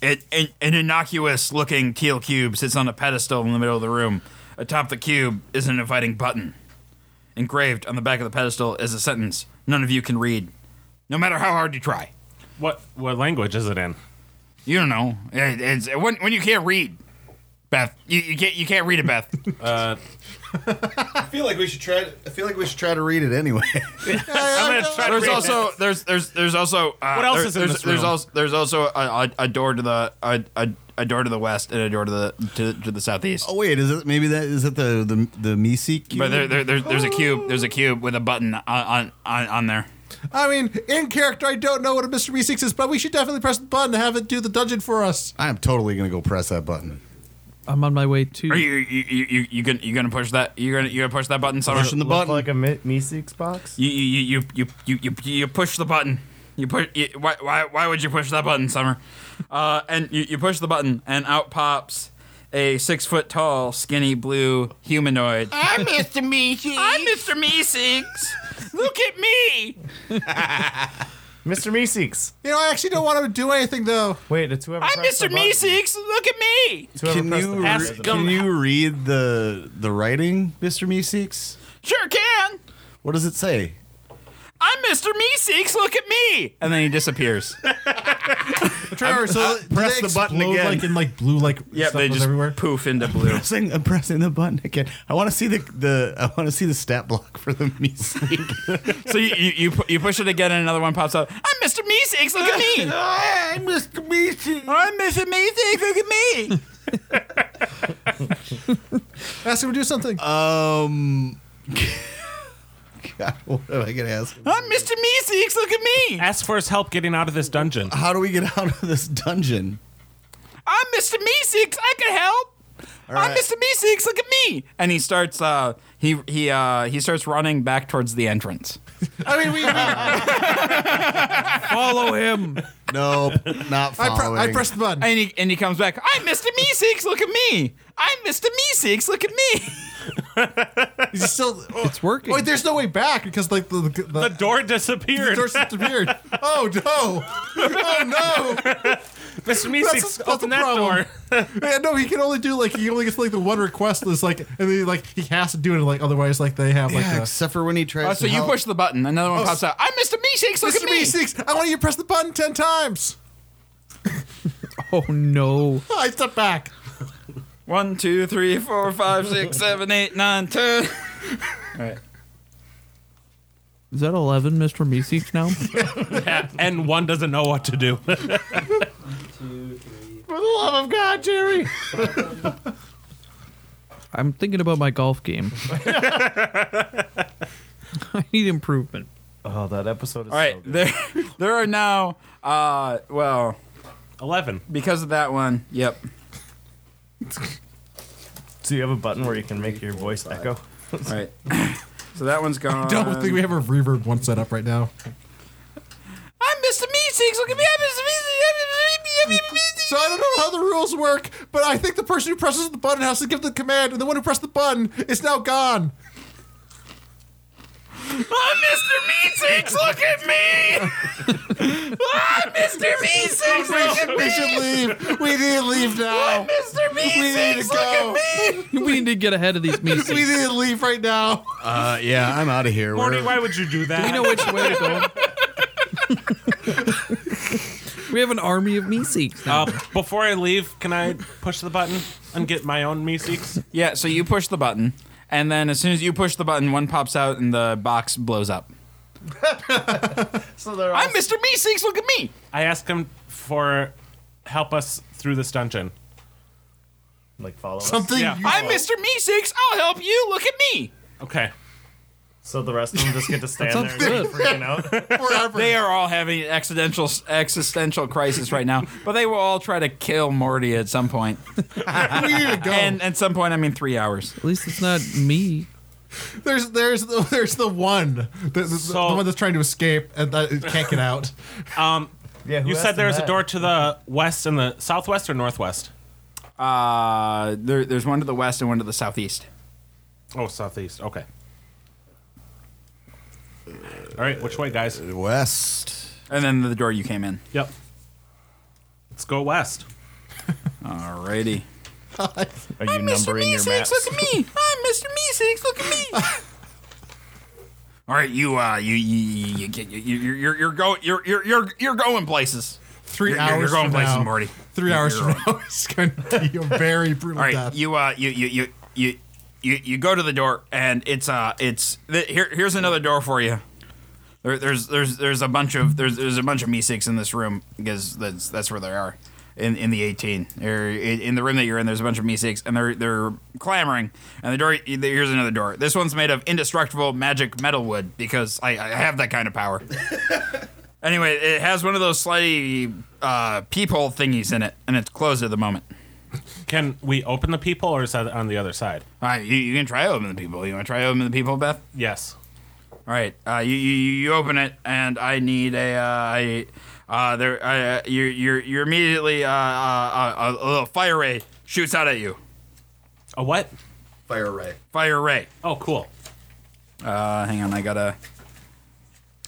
[SPEAKER 2] It, an, an innocuous looking teal cube sits on a pedestal in the middle of the room. Atop the cube is an inviting button. Engraved on the back of the pedestal is a sentence none of you can read, no matter how hard you try.
[SPEAKER 1] What what language is it in?
[SPEAKER 2] You don't know. It- it's, when, when you can't read, Beth, you, you, can't, you can't read it, Beth.
[SPEAKER 6] I feel like we should try. I feel like we should try to read it anyway.
[SPEAKER 1] I'm gonna try to
[SPEAKER 2] there's
[SPEAKER 1] read
[SPEAKER 2] also there's there's there's also uh,
[SPEAKER 1] What else
[SPEAKER 2] there-
[SPEAKER 1] is in
[SPEAKER 2] there's,
[SPEAKER 1] this
[SPEAKER 2] there's
[SPEAKER 1] room?
[SPEAKER 2] also there's also a, a, a door to the a, a, a door to the west and a door to the to, to the southeast.
[SPEAKER 6] oh wait, is it maybe that is it the the the Misi cube?
[SPEAKER 2] But there, there, there's, there's a cube. There's a cube with a button on on, on, on there.
[SPEAKER 5] I mean, in character, I don't know what a Mr. B6 is, but we should definitely press the button to have it do the dungeon for us.
[SPEAKER 6] I'm totally gonna go press that button.
[SPEAKER 4] I'm on my way to.
[SPEAKER 2] Are you you you you, you gonna you gonna push that? You gonna you gonna push that button? Summer?
[SPEAKER 6] Pushing the
[SPEAKER 3] Look
[SPEAKER 6] button.
[SPEAKER 3] like a Mi- Meeseeks box.
[SPEAKER 2] You you you you you you, you, you push the button. You push. You, why, why why would you push that button, Summer? Uh, and you, you push the button, and out pops a six foot tall, skinny blue humanoid. I'm Mr. Meeseeks. I'm Mr. Meeseeks. Look at me.
[SPEAKER 3] Mr. Meeseeks.
[SPEAKER 5] You know, I actually don't want him to do anything, though.
[SPEAKER 3] Wait, it's whoever.
[SPEAKER 2] I'm
[SPEAKER 3] pressed the
[SPEAKER 2] Mr.
[SPEAKER 3] button.
[SPEAKER 2] Meeseeks. Look at me.
[SPEAKER 3] It's whoever
[SPEAKER 6] Can
[SPEAKER 3] pressed
[SPEAKER 6] you
[SPEAKER 3] the
[SPEAKER 6] re-
[SPEAKER 3] button.
[SPEAKER 1] Ask
[SPEAKER 6] can you read the the writing, Mr. Meeseeks?
[SPEAKER 2] Sure can.
[SPEAKER 6] What does it say?
[SPEAKER 2] I'm Mr. Meeseeks. Look at me. And then he disappears.
[SPEAKER 5] Trevor, so
[SPEAKER 6] press the button again.
[SPEAKER 5] Like in like blue, like
[SPEAKER 2] Yeah,
[SPEAKER 5] stuff
[SPEAKER 2] they
[SPEAKER 5] was
[SPEAKER 2] just
[SPEAKER 5] everywhere.
[SPEAKER 2] poof into blue.
[SPEAKER 6] Pressing, I'm pressing the button again. I want to see the, the I want to see the stat block for the Meeseeks.
[SPEAKER 2] so you, you you pu- you push it again, and another one pops up. I'm Mr. Meeseeks. Look at me.
[SPEAKER 6] I'm Mr. Meeseeks.
[SPEAKER 2] I'm Mr. Meeseeks. Look at me.
[SPEAKER 5] Ask him to do something.
[SPEAKER 6] Um, God, what am I gonna ask?
[SPEAKER 2] I'm Mr. Meeseeks. Look at me.
[SPEAKER 1] Ask for his help getting out of this dungeon.
[SPEAKER 6] How do we get out of this dungeon?
[SPEAKER 2] I'm Mr. Meeseeks. I can help. I'm
[SPEAKER 6] right.
[SPEAKER 2] Mr. Meeseeks. Look at me. And he starts. Uh, he he uh, he starts running back towards the entrance.
[SPEAKER 5] I mean, we. we I,
[SPEAKER 4] Follow him.
[SPEAKER 6] Nope, not
[SPEAKER 5] pre-
[SPEAKER 6] following.
[SPEAKER 5] I pressed the button.
[SPEAKER 2] And he and he comes back. I'm Mr. Meeseeks. Look at me. I'm Mr. Meeseeks. Look at me.
[SPEAKER 5] Is he still? Oh,
[SPEAKER 4] It's working.
[SPEAKER 5] wait, there's no way back because like the the, the,
[SPEAKER 1] The
[SPEAKER 5] the
[SPEAKER 1] door disappeared.
[SPEAKER 5] door disappeared. Oh no! Oh no!
[SPEAKER 1] Mr.
[SPEAKER 5] That's,
[SPEAKER 1] Meeseeks,
[SPEAKER 5] that's
[SPEAKER 1] open
[SPEAKER 5] the
[SPEAKER 1] that
[SPEAKER 5] problem.
[SPEAKER 1] door.
[SPEAKER 5] yeah, no, he can only do like he only gets like the one request list, like, and then like he has to do it, like otherwise, like they have like.
[SPEAKER 6] Yeah,
[SPEAKER 5] the- Oh,
[SPEAKER 6] except for when he tries.
[SPEAKER 2] Uh, so
[SPEAKER 6] to
[SPEAKER 2] you
[SPEAKER 6] help.
[SPEAKER 2] push the button. Another
[SPEAKER 3] Oh,
[SPEAKER 2] one pops out. I'm Mr. Meeseeks. Look
[SPEAKER 5] Mr.
[SPEAKER 2] at me.
[SPEAKER 5] B6, I want you to press the button ten times.
[SPEAKER 4] Oh no.
[SPEAKER 5] I step back.
[SPEAKER 2] One, two, three, four, five, six, seven, eight, nine, ten.
[SPEAKER 4] Is that 11 Mr. Meeseeks now?
[SPEAKER 1] and one doesn't know what to do.
[SPEAKER 5] For the love of God, Jerry.
[SPEAKER 4] I'm thinking about my golf game. I need improvement.
[SPEAKER 3] Oh, that episode is
[SPEAKER 2] All
[SPEAKER 3] so
[SPEAKER 2] right,
[SPEAKER 3] good.
[SPEAKER 2] there, there are now. Uh, well,
[SPEAKER 1] Eleven.
[SPEAKER 2] because of that one. Yep.
[SPEAKER 3] So you have a button where you can make your voice echo.
[SPEAKER 2] All right. So that one's gone.
[SPEAKER 5] Don't think we have a reverb one set up right now.
[SPEAKER 2] I'm Mr. Meeseeks. Look at me. I'm Mr. Meeseeks.
[SPEAKER 5] So I don't know how the rules work, but I think the person who presses the button has to give the command, and the one who pressed the button is now gone.
[SPEAKER 2] Oh, Mr. Meetings, look at me! ah, Mr. Meetings, look at
[SPEAKER 5] We should leave. We need to leave now.
[SPEAKER 2] Mr.
[SPEAKER 5] need to go.
[SPEAKER 4] we need to get ahead of these meetings.
[SPEAKER 5] We
[SPEAKER 4] we
[SPEAKER 5] need to leave right now.
[SPEAKER 6] Uh, yeah, I'm out of here.
[SPEAKER 1] Morty,
[SPEAKER 6] We're-
[SPEAKER 1] why would you do that?
[SPEAKER 4] know which way to go. we have an army of meeseeks now.
[SPEAKER 1] Uh, before I leave, can I push the button and get my own Meeseeks?
[SPEAKER 2] Yeah, so you push the button, and then as soon as you push the button, one pops out and the box blows up.
[SPEAKER 3] So they're all
[SPEAKER 2] I'm Mr. Meeseeks, look at me!
[SPEAKER 1] I ask him for help us through this dungeon.
[SPEAKER 3] like follow us.
[SPEAKER 5] Something.
[SPEAKER 1] Yeah.
[SPEAKER 5] you-
[SPEAKER 2] I'm Mr. Meeseeks, I'll help you, look at me!
[SPEAKER 1] Okay.
[SPEAKER 3] So the rest of them just get to stand
[SPEAKER 4] sounds
[SPEAKER 3] there and keep freaking out.
[SPEAKER 5] forever.
[SPEAKER 2] They are all having an existential, existential crisis right now, but they will all try to kill Morty at some point.
[SPEAKER 5] we need to go.
[SPEAKER 2] And at some point, I mean three hours.
[SPEAKER 4] At least it's not me.
[SPEAKER 5] there's there's the, there's the one the, the,
[SPEAKER 1] So-
[SPEAKER 5] the one that's trying to escape and that it can't get out.
[SPEAKER 3] Yeah, who
[SPEAKER 1] You
[SPEAKER 3] asked
[SPEAKER 1] said there
[SPEAKER 3] them
[SPEAKER 1] was a
[SPEAKER 3] that?
[SPEAKER 1] door to the west and the southwest or northwest?
[SPEAKER 2] Uh, there, there's one to the west and one to the southeast.
[SPEAKER 1] Oh, southeast. Okay. All right, which way, guys?
[SPEAKER 3] Uh,
[SPEAKER 6] West.
[SPEAKER 2] And then the door you came in.
[SPEAKER 1] Yep. Let's go west.
[SPEAKER 2] Alrighty.
[SPEAKER 3] Are you numbering your maps?
[SPEAKER 2] look at me. I'm Mr. Meeseeks, look at me. All right, you uh, you you you get you you you're you're going you're you're you're you're going places.
[SPEAKER 5] 3
[SPEAKER 2] You're- you're-
[SPEAKER 5] hours.
[SPEAKER 2] you're going
[SPEAKER 5] from
[SPEAKER 2] places,
[SPEAKER 5] now,
[SPEAKER 2] Morty.
[SPEAKER 5] 3
[SPEAKER 2] You're-
[SPEAKER 5] hours
[SPEAKER 2] you're
[SPEAKER 5] from now is going to be a very brutal
[SPEAKER 2] All right,
[SPEAKER 5] death.
[SPEAKER 2] you uh, you you you you you you go to the door and it's uh, it's th- here here's another door for you. There, there's there's there's a bunch of there's there's a bunch of Meeseeks in this room because that's that's where they are. In, in the 18 or in, in the room that you're in there's a bunch of meeseeks and they're they're clamoring and the door here's another door this one's made of indestructible magic metal wood because i, I have that kind of power anyway it has one of those slidey uh, peephole thingies in it and it's closed at the moment
[SPEAKER 1] Can we open the people or is that on the other side?
[SPEAKER 2] All right, you, you can try open the people. You want to try open the people, Beth?
[SPEAKER 1] Yes.
[SPEAKER 2] All right, uh, you, you you open it, and I need a uh, I, uh there I, uh, you you're you're immediately uh, uh, uh, a little fire ray shoots out at you.
[SPEAKER 1] A what?
[SPEAKER 6] Fire Ray.
[SPEAKER 2] Fire ray.
[SPEAKER 1] Oh, cool.
[SPEAKER 2] Uh, hang on, I gotta.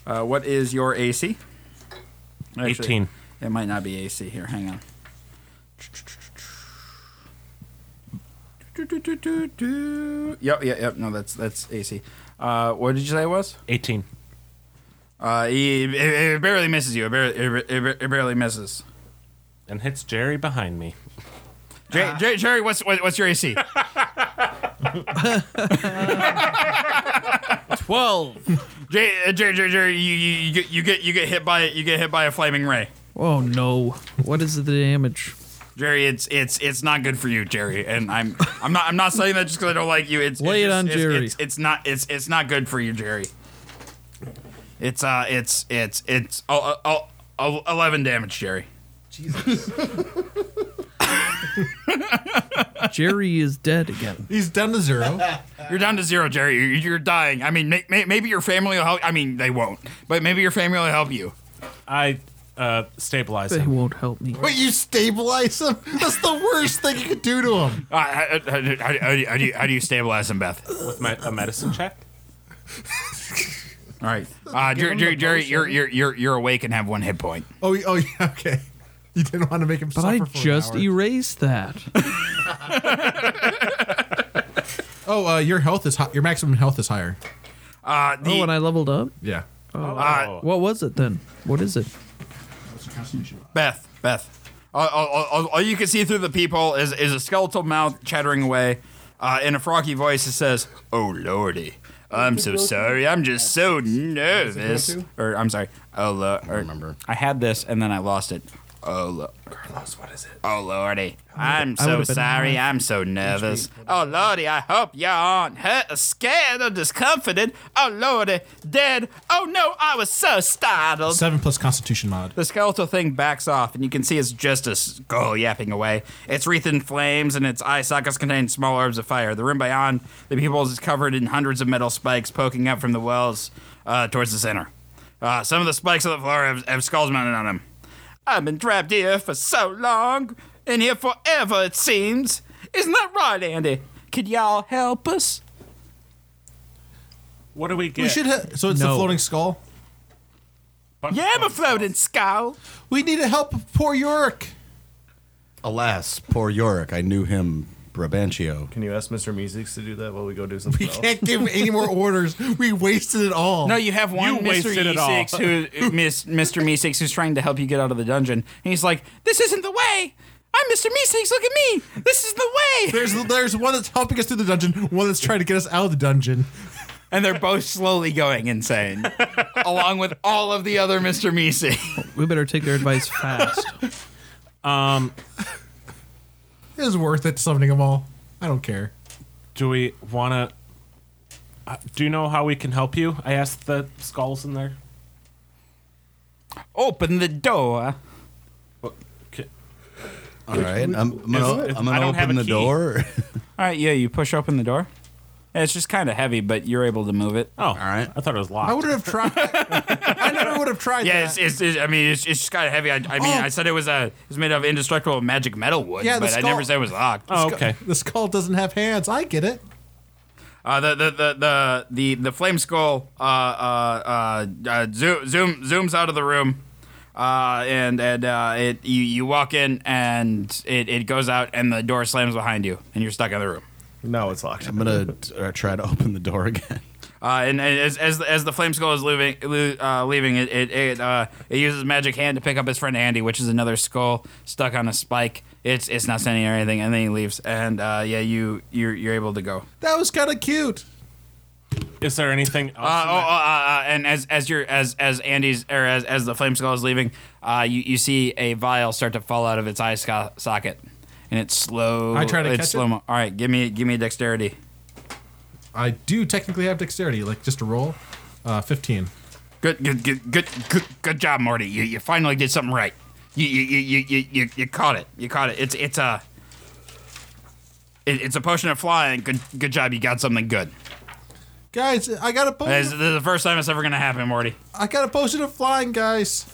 [SPEAKER 2] Uh, what is your AC? Actually,
[SPEAKER 1] 18.
[SPEAKER 2] It might not be AC here. Hang on. Yep, yep, yep. No, that's that's AC. Uh, what did you say it was?
[SPEAKER 1] 18.
[SPEAKER 2] Uh, he, it, it barely misses you. It barely, it, it, it barely misses.
[SPEAKER 1] And hits Jerry behind me.
[SPEAKER 2] Jerry, Jerry, Jerry what's what, what's your AC?
[SPEAKER 4] 12.
[SPEAKER 2] Jerry, uh, Jerry, Jerry, Jerry you, you, you get you get you get hit by you get hit by a flaming ray.
[SPEAKER 4] Oh, no. What is the damage?
[SPEAKER 2] Jerry, it's it's it's not good for you, Jerry. And I'm I'm not I'm not saying that just because I don't like you. It's
[SPEAKER 4] Lay
[SPEAKER 2] it's
[SPEAKER 4] it
[SPEAKER 2] just-
[SPEAKER 4] on
[SPEAKER 2] it's-
[SPEAKER 4] Jerry.
[SPEAKER 2] It's, it's not it's it's not good for you, Jerry. It's uh it's it's it's oh, oh, oh, eleven damage, Jerry.
[SPEAKER 4] Jerry is dead again.
[SPEAKER 5] He's down to zero.
[SPEAKER 2] You're down to zero, Jerry. You're, you're dying. I mean, may, may, maybe your family will help. I mean, they won't, but maybe your family will help you.
[SPEAKER 1] I uh, stabilize
[SPEAKER 4] They
[SPEAKER 1] him.
[SPEAKER 4] won't help me.
[SPEAKER 5] Wait, you stabilize him? That's the worst thing you could do to him.
[SPEAKER 2] Uh, how, how, how, how, do you, how, do you, how do you stabilize him, Beth? All
[SPEAKER 1] With my, a medicine check?
[SPEAKER 2] right, uh, Jerry, Jerry, Jerry you're, you're you're you're awake and have one hit point.
[SPEAKER 5] Oh, you- oh, yeah, okay. You didn't want to make him
[SPEAKER 4] But
[SPEAKER 5] suffer
[SPEAKER 4] I
[SPEAKER 5] for an
[SPEAKER 4] just e-
[SPEAKER 5] hour.
[SPEAKER 4] erased that.
[SPEAKER 5] Oh, uh, your health is high. Your maximum health is higher.
[SPEAKER 2] Uh, the,
[SPEAKER 4] Oh, and I leveled up?
[SPEAKER 5] Yeah.
[SPEAKER 4] Oh.
[SPEAKER 1] oh.
[SPEAKER 2] uh,
[SPEAKER 4] What was it then? What is it?
[SPEAKER 2] Beth, Beth, Uh, all, all, all, all you can see through the people is is a skeletal mouth chattering away, uh, in a froggy voice that says, "Oh lordy." I'm so sorry. I'm just so nervous. Or I'm sorry. Oh, lo- I
[SPEAKER 6] remember.
[SPEAKER 2] I had this and then I lost it. Oh, lo- Oh lordy, I'm so
[SPEAKER 4] would've been
[SPEAKER 2] sorry. I'm so nervous. Oh lordy, I hope you aren't hurt, or scared, or discomfited. Oh lordy, dead. Oh no, I was so startled.
[SPEAKER 5] Seven plus Constitution mod.
[SPEAKER 2] the skeletal thing backs off, and you can see it's just a skull yapping away. It's wreathed in flames, and its eye sockets contain small orbs of fire. The room beyond the people's is covered in hundreds of metal spikes poking up from the wells uh, towards the center. Uh, some of the spikes on the floor have, have skulls mounted on them. I've been trapped here for so long, and here forever it seems. Isn't that right, Andy? Could y'all help us?
[SPEAKER 1] What do we get?
[SPEAKER 5] We should ha- so it's the
[SPEAKER 4] No.
[SPEAKER 5] floating skull.
[SPEAKER 1] But-
[SPEAKER 2] Yeah, I'm a floating skull.
[SPEAKER 5] We need to help poor Yorick.
[SPEAKER 6] Alas, poor Yorick. I knew him, Brabantio.
[SPEAKER 3] Can you ask Mr. Meeseeks to do that while we go do something
[SPEAKER 5] We
[SPEAKER 3] else?
[SPEAKER 5] can't give any more orders. We wasted it all.
[SPEAKER 2] No, you have one
[SPEAKER 1] You
[SPEAKER 2] Mr.
[SPEAKER 1] wasted it all.
[SPEAKER 2] Meeseeks who uh, Miss, Mr. Meeseeks who's trying to help you get out of the dungeon, and he's like, "This isn't the way. I'm Mr. Meeseeks. Look at me. This is the way."
[SPEAKER 5] There's there's one that's helping us through the dungeon, one that's trying to get us out of the dungeon.
[SPEAKER 2] And they're both slowly going insane, along with all of the other Mr. Meeseeks.
[SPEAKER 4] We better take their advice fast.
[SPEAKER 5] It was worth it summoning them all. I don't care.
[SPEAKER 1] Do we want to? Uh, do you know how we can help you? I asked the skulls in there.
[SPEAKER 2] Open the door.
[SPEAKER 1] What- ca-
[SPEAKER 6] All right, I'm, I'm gonna,
[SPEAKER 1] It's-
[SPEAKER 6] I'm
[SPEAKER 1] I
[SPEAKER 6] gonna
[SPEAKER 1] don't have
[SPEAKER 6] open
[SPEAKER 1] a
[SPEAKER 6] the
[SPEAKER 1] key.
[SPEAKER 6] door.
[SPEAKER 2] All right, yeah, you push open the door. It's just kind of heavy, but you're able to move it.
[SPEAKER 1] Oh, all
[SPEAKER 6] right.
[SPEAKER 1] I thought it was locked.
[SPEAKER 5] I would have tried. I never would have tried.
[SPEAKER 2] Yeah,
[SPEAKER 5] that.
[SPEAKER 2] it's, it's, it's I mean, it's, it's just kind of heavy. I, I mean,
[SPEAKER 5] Oh.
[SPEAKER 2] I said it was uh, it was made of indestructible magic metal wood,
[SPEAKER 5] Yeah, the
[SPEAKER 2] but I never
[SPEAKER 5] skull-
[SPEAKER 2] said it was locked.
[SPEAKER 1] oh, okay.
[SPEAKER 5] The skull doesn't have hands. I get it.
[SPEAKER 2] Uh, the, the, the, the, the, the flame skull uh, uh, uh, uh, zoom, zoom zooms out of the room, uh, and and uh, it you, you walk in and it, it goes out and the door slams behind you and you're stuck in the room.
[SPEAKER 3] No, it's locked.
[SPEAKER 6] I'm gonna uh, try to open the door again.
[SPEAKER 2] Uh, and and as, as as the flame skull is leaving, lo- uh, leaving it it it, uh, it uses magic hand to pick up his friend Andy, which is another skull stuck on a spike. It's it's not standing or anything, and then he leaves. And uh, yeah, you you're you're able to go.
[SPEAKER 5] That was kind of cute.
[SPEAKER 1] Is there anything else?
[SPEAKER 2] Uh,
[SPEAKER 1] in
[SPEAKER 2] oh,
[SPEAKER 1] there?
[SPEAKER 2] uh, uh, uh, and as as you're as as Andy's or as as the flame skull is leaving, uh, you you see a vial start to fall out of its eye sco- socket, and it's slow.
[SPEAKER 5] I try to
[SPEAKER 2] it's
[SPEAKER 5] catch it.
[SPEAKER 2] slow-mo. All right, give me give me dexterity.
[SPEAKER 5] I do technically have dexterity, like just a roll. Uh, 15.
[SPEAKER 2] Good, good, good, good, good, good job, Marty. You, you finally did something right. You, you, you, you- you, you, you caught it. You caught it. It's, it's a, it, it's a potion of flying. Good, good job. You got something good.
[SPEAKER 5] Guys, I got a
[SPEAKER 2] This
[SPEAKER 5] potion.
[SPEAKER 2] is the first time it's ever gonna happen, Morty.
[SPEAKER 5] I got a potion of flying, guys.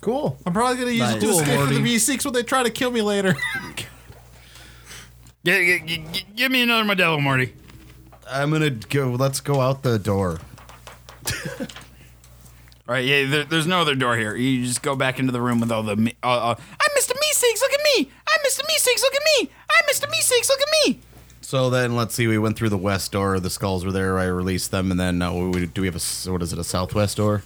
[SPEAKER 3] Cool.
[SPEAKER 5] I'm probably gonna use it to
[SPEAKER 4] Nice.
[SPEAKER 5] escape from the
[SPEAKER 4] Lordy.
[SPEAKER 5] V6 when they try to kill me later.
[SPEAKER 2] G- g- g- g- give me another Modelo, Morty.
[SPEAKER 6] I'm gonna go. Let's go out the door.
[SPEAKER 2] All right, yeah. There, there's no other door here. You just go back into the room with all the. me- Uh, uh, I'm Mr. Meeseeks. Look at me. I'm Mr. Meeseeks. Look at me. I'm Mr. Meeseeks. Look at me.
[SPEAKER 6] So then, let's see. We went through the west door. The skulls were there. I released them, and then uh, we, do we have a s- what is it? A southwest door?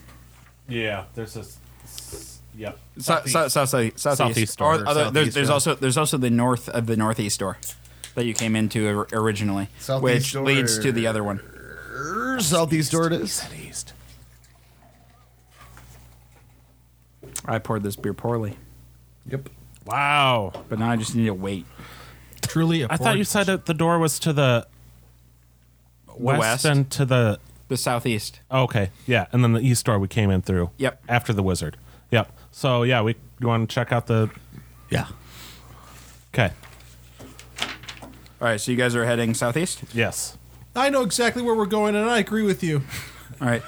[SPEAKER 1] yeah. There's a. s- s- Yep.
[SPEAKER 2] South, south, south, south, southeast.
[SPEAKER 1] Southeast
[SPEAKER 2] Or
[SPEAKER 1] door.
[SPEAKER 2] other- there's,
[SPEAKER 6] Southeast,
[SPEAKER 2] there's
[SPEAKER 6] yeah.
[SPEAKER 2] also there's also the north of the northeast door that you came into or- originally,
[SPEAKER 6] Southeast
[SPEAKER 2] which
[SPEAKER 6] door.
[SPEAKER 2] leads to the other one.
[SPEAKER 6] Er, Southeast door it is.
[SPEAKER 5] East.
[SPEAKER 2] I poured this beer poorly,
[SPEAKER 6] Yep.
[SPEAKER 1] Wow.
[SPEAKER 2] but now I just need to wait.
[SPEAKER 5] Truly, a
[SPEAKER 1] I thought you said that the door was to the west,
[SPEAKER 2] west.
[SPEAKER 1] and to the.
[SPEAKER 2] The southeast.
[SPEAKER 1] oh, okay. Yeah, and then the east door we came in through.
[SPEAKER 2] Yep.
[SPEAKER 1] After the wizard. Yep. So yeah, we you want to check out the.
[SPEAKER 6] Yeah.
[SPEAKER 1] Okay.
[SPEAKER 2] All right, so you guys are heading southeast.
[SPEAKER 1] Yes.
[SPEAKER 5] I know exactly where we're going, and I agree with you.
[SPEAKER 2] All right,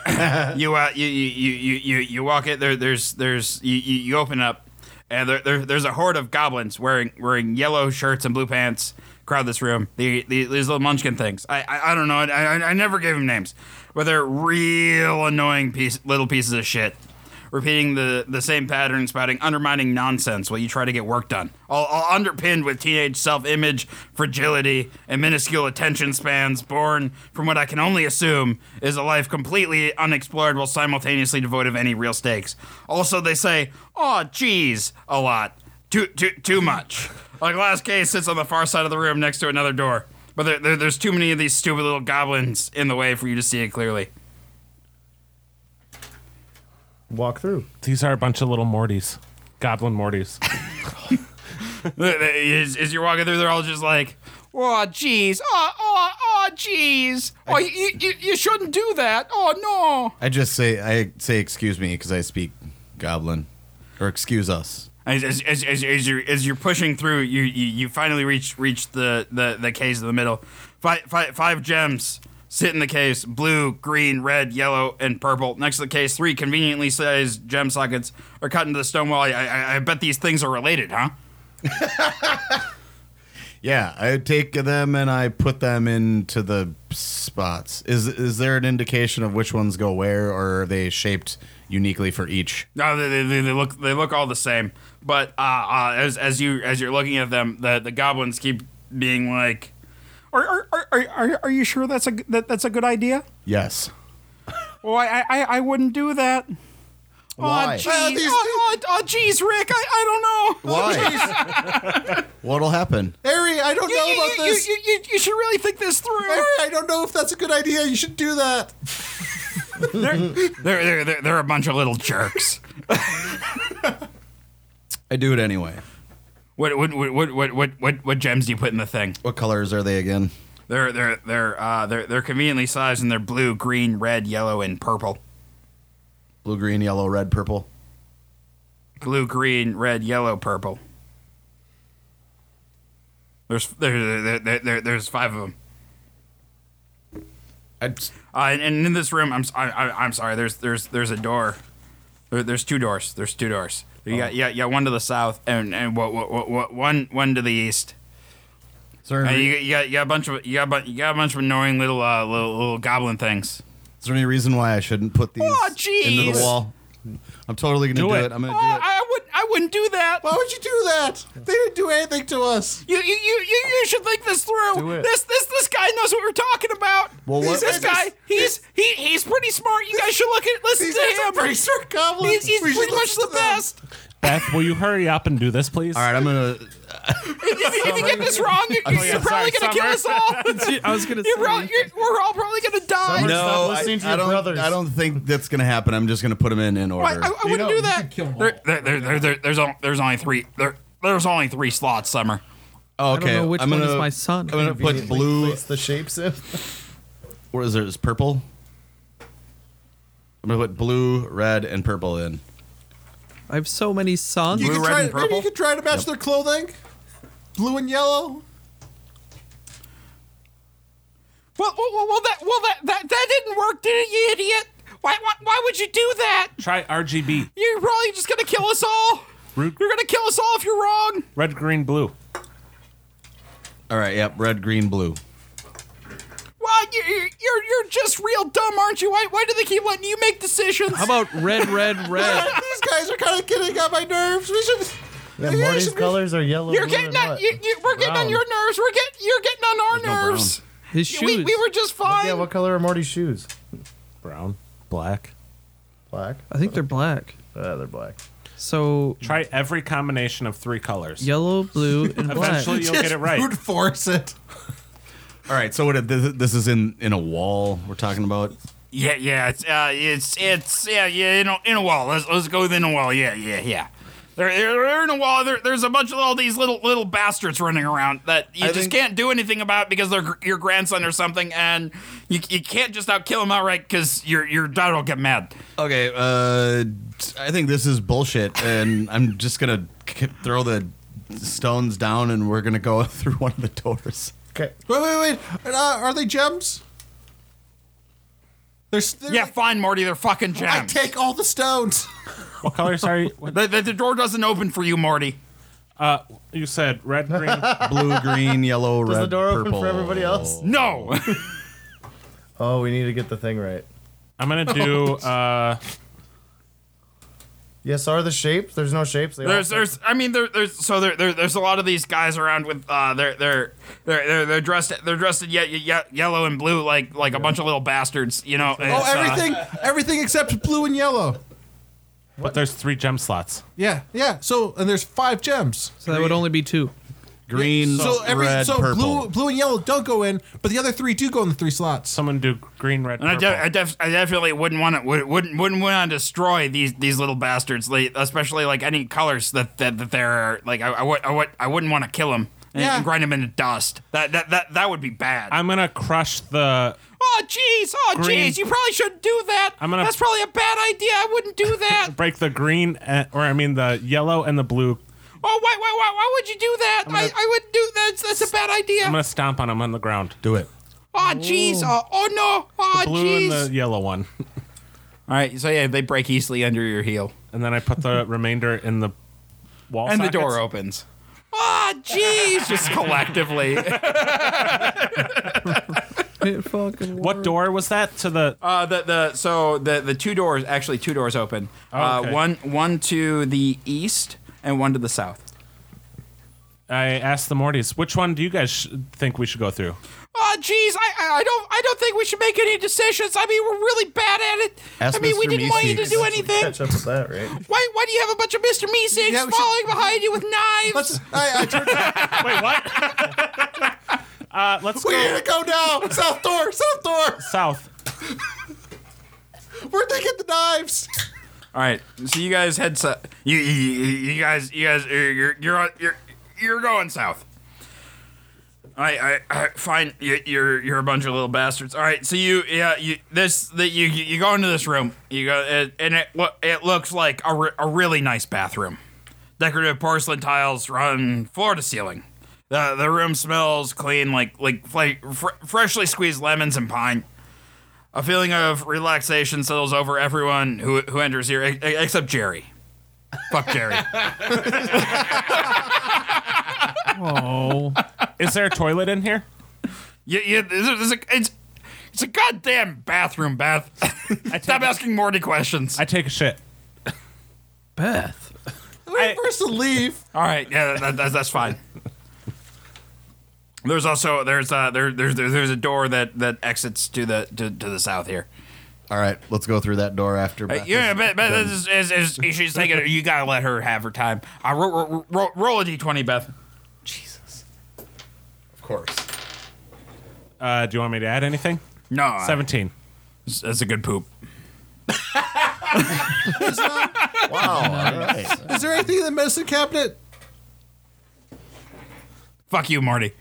[SPEAKER 2] you uh, you you you you you you walk it there. There's there's you you, you open up, and there, there there's a horde of goblins wearing wearing yellow shirts and blue pants crowd this room. The, the these little munchkin things. I I, I don't know. I, I I never gave them names, but they're real annoying piece, little pieces of shit. Repeating the, the same pattern, spouting undermining nonsense while you try to get work done. All, all underpinned with teenage self image, fragility, and minuscule attention spans born from what I can only assume is a life completely unexplored while simultaneously devoid of any real stakes. Also, they say, aw, geez, a lot. Too, too, too much. Like, last case sits on the far side of the room next to another door. But there, there, there's too many of these stupid little goblins in the way for you to see it clearly.
[SPEAKER 3] Walk through.
[SPEAKER 1] These are a bunch of little Mortys, goblin Mortys.
[SPEAKER 2] As, as you're walking through, they're all just like, "Oh, jeez, oh, oh, oh, jeez, oh, you, you, you shouldn't do that. Oh
[SPEAKER 6] I just say I say excuse me because I speak goblin, or excuse us.
[SPEAKER 2] no!" As, as, as, as, as you're as you're pushing through, you you, you finally reach reach the, the, the caves of the middle. Five, five, five gems Sit in the case, blue, green, red, yellow, and purple. Next to the case, three conveniently sized gem sockets are cut into the stone wall. I, I, I bet these things are related, huh?
[SPEAKER 6] Yeah, I take them and I put them into the spots. Is is there an indication of which ones go where, or are they shaped uniquely for each?
[SPEAKER 2] No, they, they- they, they look they look all the same. But uh, uh, as as you as you're looking at them, the, the goblins keep being like, "Are are, are, are- are, are you sure that's a g- that, that's a good idea?
[SPEAKER 6] Yes.
[SPEAKER 2] Well, I I, I wouldn't do that. Oh,
[SPEAKER 6] Why?
[SPEAKER 2] jeez, oh, oh, oh, jeez, Rick, I, I don't know.
[SPEAKER 6] Why? What'll happen?
[SPEAKER 5] Oh, Harry, I don't
[SPEAKER 2] You,
[SPEAKER 5] know
[SPEAKER 2] you-
[SPEAKER 5] about
[SPEAKER 2] you-
[SPEAKER 5] this.
[SPEAKER 2] you- you- you should really think this through.
[SPEAKER 5] Harry, I don't know if that's a good idea. You should do that.
[SPEAKER 2] they're, they're, they're, they're a bunch of little jerks.
[SPEAKER 6] I do it anyway.
[SPEAKER 2] what, what, what, what, what, what, what gems do you put in the thing?
[SPEAKER 6] What colors are they again?
[SPEAKER 2] They're they're they're uh, they're they're conveniently sized and they're blue, green, red, yellow, and purple.
[SPEAKER 6] Blue, green, yellow, red, purple.
[SPEAKER 2] Blue, green, red, yellow, purple. There's there, there, there, there there's five of them.
[SPEAKER 6] i
[SPEAKER 2] Uh, and, and in this room, I'm s- I, am sorry. There's there's there's a door. There, there's two doors. There's two doors. You got yeah yeah one to the south and and what what what, what one one to the east.
[SPEAKER 6] is, there
[SPEAKER 2] Uh,
[SPEAKER 6] any,
[SPEAKER 2] you, got- you got you got a bunch of you got a bu- you got a bunch of annoying little uh, little, little goblin things.
[SPEAKER 6] is there any reason why I shouldn't put these
[SPEAKER 2] Oh,
[SPEAKER 6] into
[SPEAKER 2] jeez.
[SPEAKER 6] the wall? I'm totally gonna do,
[SPEAKER 1] Do
[SPEAKER 6] it.
[SPEAKER 1] it.
[SPEAKER 6] I'm gonna
[SPEAKER 2] Oh,
[SPEAKER 6] do it.
[SPEAKER 2] I would I wouldn't do that.
[SPEAKER 5] Why would you do that? They didn't do anything to us.
[SPEAKER 2] You, you, you, you, you should think this
[SPEAKER 3] Do
[SPEAKER 2] through.
[SPEAKER 3] it.
[SPEAKER 2] This this this guy knows what we're talking about.
[SPEAKER 6] Well, what-
[SPEAKER 2] this
[SPEAKER 5] These-
[SPEAKER 2] guy? He's he, he's pretty smart. You guys should look at listen
[SPEAKER 5] These
[SPEAKER 2] to
[SPEAKER 5] guys are
[SPEAKER 2] him.
[SPEAKER 5] pretty smart goblins.
[SPEAKER 2] he's he's
[SPEAKER 5] We should
[SPEAKER 2] pretty much
[SPEAKER 5] listen
[SPEAKER 2] the
[SPEAKER 5] to them.
[SPEAKER 2] best.
[SPEAKER 1] Beth, will you hurry up and do this, please?
[SPEAKER 6] All right, I'm gonna.
[SPEAKER 2] If, if you get this wrong, you're,
[SPEAKER 1] yeah,
[SPEAKER 2] you're probably
[SPEAKER 1] sorry,
[SPEAKER 2] gonna kill
[SPEAKER 1] Summer.
[SPEAKER 2] us all.
[SPEAKER 4] I was gonna say.
[SPEAKER 2] You're all, you're, we're all probably gonna die.
[SPEAKER 3] Summer-
[SPEAKER 6] No,
[SPEAKER 3] Stop listening
[SPEAKER 6] I,
[SPEAKER 3] to your
[SPEAKER 6] I don't.
[SPEAKER 3] brothers.
[SPEAKER 6] I don't think that's gonna happen. I'm just gonna put them in in
[SPEAKER 2] I,
[SPEAKER 6] order.
[SPEAKER 2] I, I wouldn't
[SPEAKER 3] know,
[SPEAKER 2] do
[SPEAKER 3] you
[SPEAKER 2] that.
[SPEAKER 5] could kill 'em all.
[SPEAKER 2] There, there, there, there, there- there's, only, there's only three. There, there's only three slots, Summer.
[SPEAKER 6] Oh,
[SPEAKER 4] don't
[SPEAKER 6] okay,
[SPEAKER 4] know which
[SPEAKER 6] I'm
[SPEAKER 4] one
[SPEAKER 6] gonna,
[SPEAKER 4] is my son.
[SPEAKER 6] I'm gonna put
[SPEAKER 3] Conveniently
[SPEAKER 6] blue.
[SPEAKER 3] place the shapes in.
[SPEAKER 6] What is it? Is purple? I'm gonna put blue, red, and purple in.
[SPEAKER 4] I have so many sons.
[SPEAKER 5] You
[SPEAKER 2] Blue,
[SPEAKER 5] could
[SPEAKER 2] red,
[SPEAKER 5] try,
[SPEAKER 2] and
[SPEAKER 5] Maybe
[SPEAKER 2] purple?
[SPEAKER 5] you could try to match their clothing. Blue and yellow.
[SPEAKER 2] Well, well, well, well, that, well, that, that, that didn't work, did it, you idiot? Why, why, why would you do that?
[SPEAKER 1] Try RGB.
[SPEAKER 2] You're probably just gonna kill us all.
[SPEAKER 1] Root.
[SPEAKER 2] You're gonna kill us all if you're wrong.
[SPEAKER 1] Red, green, blue.
[SPEAKER 6] All right. Yep. Red, green, blue.
[SPEAKER 2] Well, you're you're, you're, you're just real dumb, aren't you? Why, why do they keep letting you make decisions?
[SPEAKER 4] How about red, red, red?
[SPEAKER 5] These guys are kind of getting on my nerves. We should.
[SPEAKER 3] Yeah,
[SPEAKER 5] Maybe I
[SPEAKER 3] Morty's
[SPEAKER 5] should be-
[SPEAKER 3] colors are yellow.
[SPEAKER 2] you're
[SPEAKER 3] blue,
[SPEAKER 2] getting
[SPEAKER 3] and
[SPEAKER 2] on,
[SPEAKER 3] what?
[SPEAKER 2] you, you, we're getting on
[SPEAKER 3] Brown.
[SPEAKER 2] your nerves. We're getting you're getting on
[SPEAKER 6] no
[SPEAKER 2] our
[SPEAKER 6] brown.
[SPEAKER 2] nerves.
[SPEAKER 4] His
[SPEAKER 2] You-
[SPEAKER 4] shoes.
[SPEAKER 2] We, we were just fine.
[SPEAKER 3] Yeah, what color are Morty's shoes?
[SPEAKER 1] Brown, black.
[SPEAKER 3] Black.
[SPEAKER 4] I think they're black.
[SPEAKER 3] Uh, they're black.
[SPEAKER 4] So
[SPEAKER 1] Try every combination of three colors.
[SPEAKER 4] yellow, blue, and black.
[SPEAKER 1] Eventually, you'll get it right.
[SPEAKER 5] Brute force it.
[SPEAKER 6] All right. So what? it- This, this is in in a wall. We're talking about.
[SPEAKER 2] Yeah, yeah, it's uh, it's it's yeah, yeah, in a, in a wall. Let's let's go within a wall. Yeah, yeah, yeah. They're, they're they're in a wall. There, there's a bunch of all these little little bastards running around that you
[SPEAKER 6] I
[SPEAKER 2] just
[SPEAKER 6] think-
[SPEAKER 2] can't do anything about because they're gr- your grandson or something, and you, you can't just out kill them outright because your your dad will get mad.
[SPEAKER 6] Okay. Uh, I think this is bullshit, and I'm just gonna k- throw the stones down, and we're gonna go through one of the doors.
[SPEAKER 3] Okay.
[SPEAKER 5] Wait, wait, wait. Uh, are they gems? They're, s- they're
[SPEAKER 2] Yeah, fine, Morty. They're fucking
[SPEAKER 5] I
[SPEAKER 2] gems.
[SPEAKER 5] take all the stones.
[SPEAKER 1] What colors are you? what-
[SPEAKER 2] the, the, the door doesn't open for you, Morty.
[SPEAKER 1] Uh, you said red, green.
[SPEAKER 6] Blue, green, yellow,
[SPEAKER 3] Does
[SPEAKER 6] red,
[SPEAKER 3] the door
[SPEAKER 6] purple.
[SPEAKER 3] open for everybody else?
[SPEAKER 2] No.
[SPEAKER 3] Oh, we need to get the thing right.
[SPEAKER 1] I'm gonna do. Uh,
[SPEAKER 3] Yes, are the shapes? There's no shapes. They all-
[SPEAKER 2] There's, there's, I mean, there, there's, so there, there, there's a lot of these guys around with, uh, they're, they're, they're, they're, they're dressed, they're dressed in ye- ye- yellow and blue, like, like a bunch of little bastards, you know. uh,
[SPEAKER 5] Oh, everything, everything except blue and yellow.
[SPEAKER 1] but there's three gem slots.
[SPEAKER 5] Yeah, yeah. So and there's five gems.
[SPEAKER 4] So that would only be two.
[SPEAKER 6] Green,
[SPEAKER 5] So every
[SPEAKER 6] red,
[SPEAKER 5] so
[SPEAKER 6] purple.
[SPEAKER 5] blue, blue and yellow don't go in, but the other three do go in the three slots.
[SPEAKER 1] Someone do green, red,
[SPEAKER 2] And I,
[SPEAKER 1] purple.
[SPEAKER 2] de- I, def- I definitely wouldn't want to, wouldn't, wouldn't want to destroy these, these little bastards, like, especially like any colors that, that, that they're, like, I, I would, I would, I wouldn't want to kill them and,
[SPEAKER 5] Yeah.
[SPEAKER 2] and grind them into dust. That, that, that, that would be bad.
[SPEAKER 1] I'm gonna crush the.
[SPEAKER 2] oh, jeez, oh,
[SPEAKER 1] Green.
[SPEAKER 2] jeez, you probably shouldn't do that.
[SPEAKER 1] I'm gonna-
[SPEAKER 2] That's probably a bad idea. I wouldn't do that.
[SPEAKER 1] Break the green, uh, or I mean the yellow and the blue.
[SPEAKER 2] Oh, why, why, why, why would you do that? I, I would do that. That's, that's a bad idea.
[SPEAKER 1] I'm gonna stomp on them on the ground.
[SPEAKER 6] Do it.
[SPEAKER 2] Oh jeez! Oh, oh no! Oh
[SPEAKER 1] Blue and
[SPEAKER 2] jeez!
[SPEAKER 1] the yellow one.
[SPEAKER 2] All right, so yeah, they break easily under your heel,
[SPEAKER 1] And then I put the remainder in the wall
[SPEAKER 2] and
[SPEAKER 1] sockets.
[SPEAKER 2] the door opens. Oh jeez! Just collectively.
[SPEAKER 4] It fucking
[SPEAKER 1] What
[SPEAKER 4] worked.
[SPEAKER 1] door was that to the
[SPEAKER 2] Uh, the the so the the two doors actually two doors open.
[SPEAKER 1] okay.
[SPEAKER 2] Uh, one one to the east and one to the south.
[SPEAKER 1] I asked the Mortys, which one do you guys sh- think we should go through?
[SPEAKER 2] Oh jeez, I, I I don't I don't think we should make any decisions. I mean, we're really bad at it.
[SPEAKER 6] Ask
[SPEAKER 2] I mean, we
[SPEAKER 6] Mr.
[SPEAKER 2] didn't want you to
[SPEAKER 6] Meeseeks.
[SPEAKER 2] do anything.
[SPEAKER 3] Catch up with that, right?
[SPEAKER 2] Why why do you have a bunch of Mr. Meeseeks
[SPEAKER 5] Yeah, we should-
[SPEAKER 2] following behind you with knives?
[SPEAKER 5] Let's. I, I turned.
[SPEAKER 1] Wait, what? uh, let's
[SPEAKER 5] We
[SPEAKER 1] go
[SPEAKER 5] need to go now. South door. South door.
[SPEAKER 1] south.
[SPEAKER 5] Where'd they get the knives?
[SPEAKER 2] All right, so you guys head south. You, you, you you guys, you guys, you're you're you're on- you're, you're going south. I I, I fine. You, you're you're a bunch of little bastards. All right, so you yeah you this that you you you go into this room. You go it, and it lo- it looks like a, re- a really nice bathroom. Decorative porcelain tiles run floor to ceiling. The the room smells clean, like like fla- fr- freshly squeezed lemons and pine. A feeling of relaxation settles over everyone who, who enters here, e- except Jerry. Fuck Jerry.
[SPEAKER 4] Oh,
[SPEAKER 1] Is there a toilet in here?
[SPEAKER 2] you, you, this is a, it's, it's a goddamn bathroom, Beth. Stop asking Morty questions.
[SPEAKER 1] I take a shit.
[SPEAKER 4] Beth.
[SPEAKER 5] Wait for us to leave.
[SPEAKER 2] All right, yeah, that, that's, that's fine. There's also there's uh there there's there's a door that that exits to the to, to the south here.
[SPEAKER 6] All right, let's go through that door after.
[SPEAKER 2] Uh,
[SPEAKER 6] Beth is-
[SPEAKER 2] yeah, Beth, Beth is, is, is, she's taking. You gotta let her have her time. I ro- ro- ro- roll a d20, Beth.
[SPEAKER 6] of course.
[SPEAKER 1] Uh, do you want me to add anything?
[SPEAKER 2] No, I-
[SPEAKER 1] 17.
[SPEAKER 2] That's a good poop.
[SPEAKER 6] Wow. all right.
[SPEAKER 5] Is there anything in the medicine cabinet?
[SPEAKER 2] Fuck you, Marty.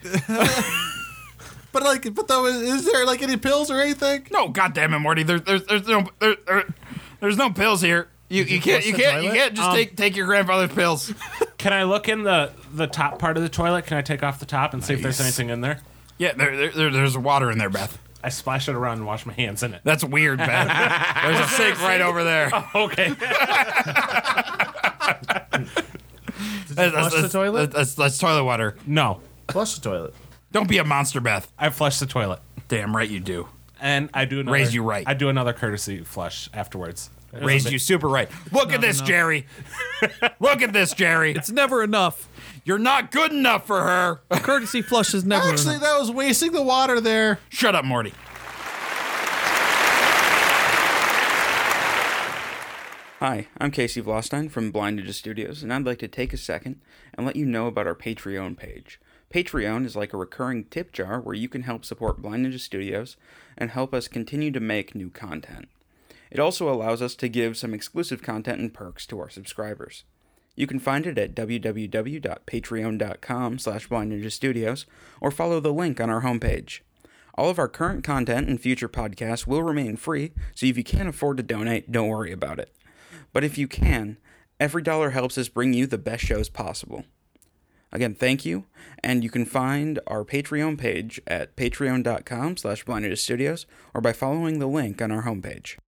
[SPEAKER 5] But like, but though, is, is there like any pills or anything?
[SPEAKER 2] No, goddamn it, Morty. There's there's there's no there, there, there's no pills here. You, you can't you
[SPEAKER 3] flush the
[SPEAKER 2] can't you
[SPEAKER 3] toilet? Um,
[SPEAKER 2] can't just take take your grandfather's pills.
[SPEAKER 1] Can I look in the, the top part of the toilet? Can I take off the top and see if there's anything in there?
[SPEAKER 2] Yeah, there, there, there there's water in there, Beth.
[SPEAKER 1] I splash it around and wash my hands in it.
[SPEAKER 2] That's weird, Beth. there's a sink right over there.
[SPEAKER 1] Okay.
[SPEAKER 2] That's,
[SPEAKER 3] flush the
[SPEAKER 2] that's-
[SPEAKER 3] toilet?
[SPEAKER 2] that's- that's- that's toilet water.
[SPEAKER 1] no,
[SPEAKER 3] Flush the toilet.
[SPEAKER 2] Don't be a monster, Beth.
[SPEAKER 1] I flush the toilet.
[SPEAKER 2] Damn right you do.
[SPEAKER 1] And I do another,
[SPEAKER 2] Raise you right.
[SPEAKER 1] I do another courtesy flush afterwards.
[SPEAKER 2] Raised you super right. Look at this,
[SPEAKER 4] enough.
[SPEAKER 2] Jerry. Look at this, Jerry.
[SPEAKER 4] It's never enough.
[SPEAKER 2] You're not good enough for her.
[SPEAKER 4] Courtesy flush is never
[SPEAKER 5] Actually,
[SPEAKER 4] enough.
[SPEAKER 5] that was wasting the water there.
[SPEAKER 2] Shut up, Morty.
[SPEAKER 7] Hi, I'm Casey Vlostein from Blind Ninja Studios, and I'd like to take a second and let you know about our Patreon page. Patreon is like a recurring tip jar where you can help support Blind Ninja Studios and help us continue to make new content. It also allows us to give some exclusive content and perks to our subscribers. You can find it at www.patreon.com slash Blind Ninja Studios or follow the link on our homepage. All of our current content and future podcasts will remain free, so if you can't afford to donate, don't worry about it. But if you can, every dollar helps us bring you the best shows possible. Again, thank you, and you can find our Patreon page at patreon.com slash Blinded Studios or by following the link on our homepage.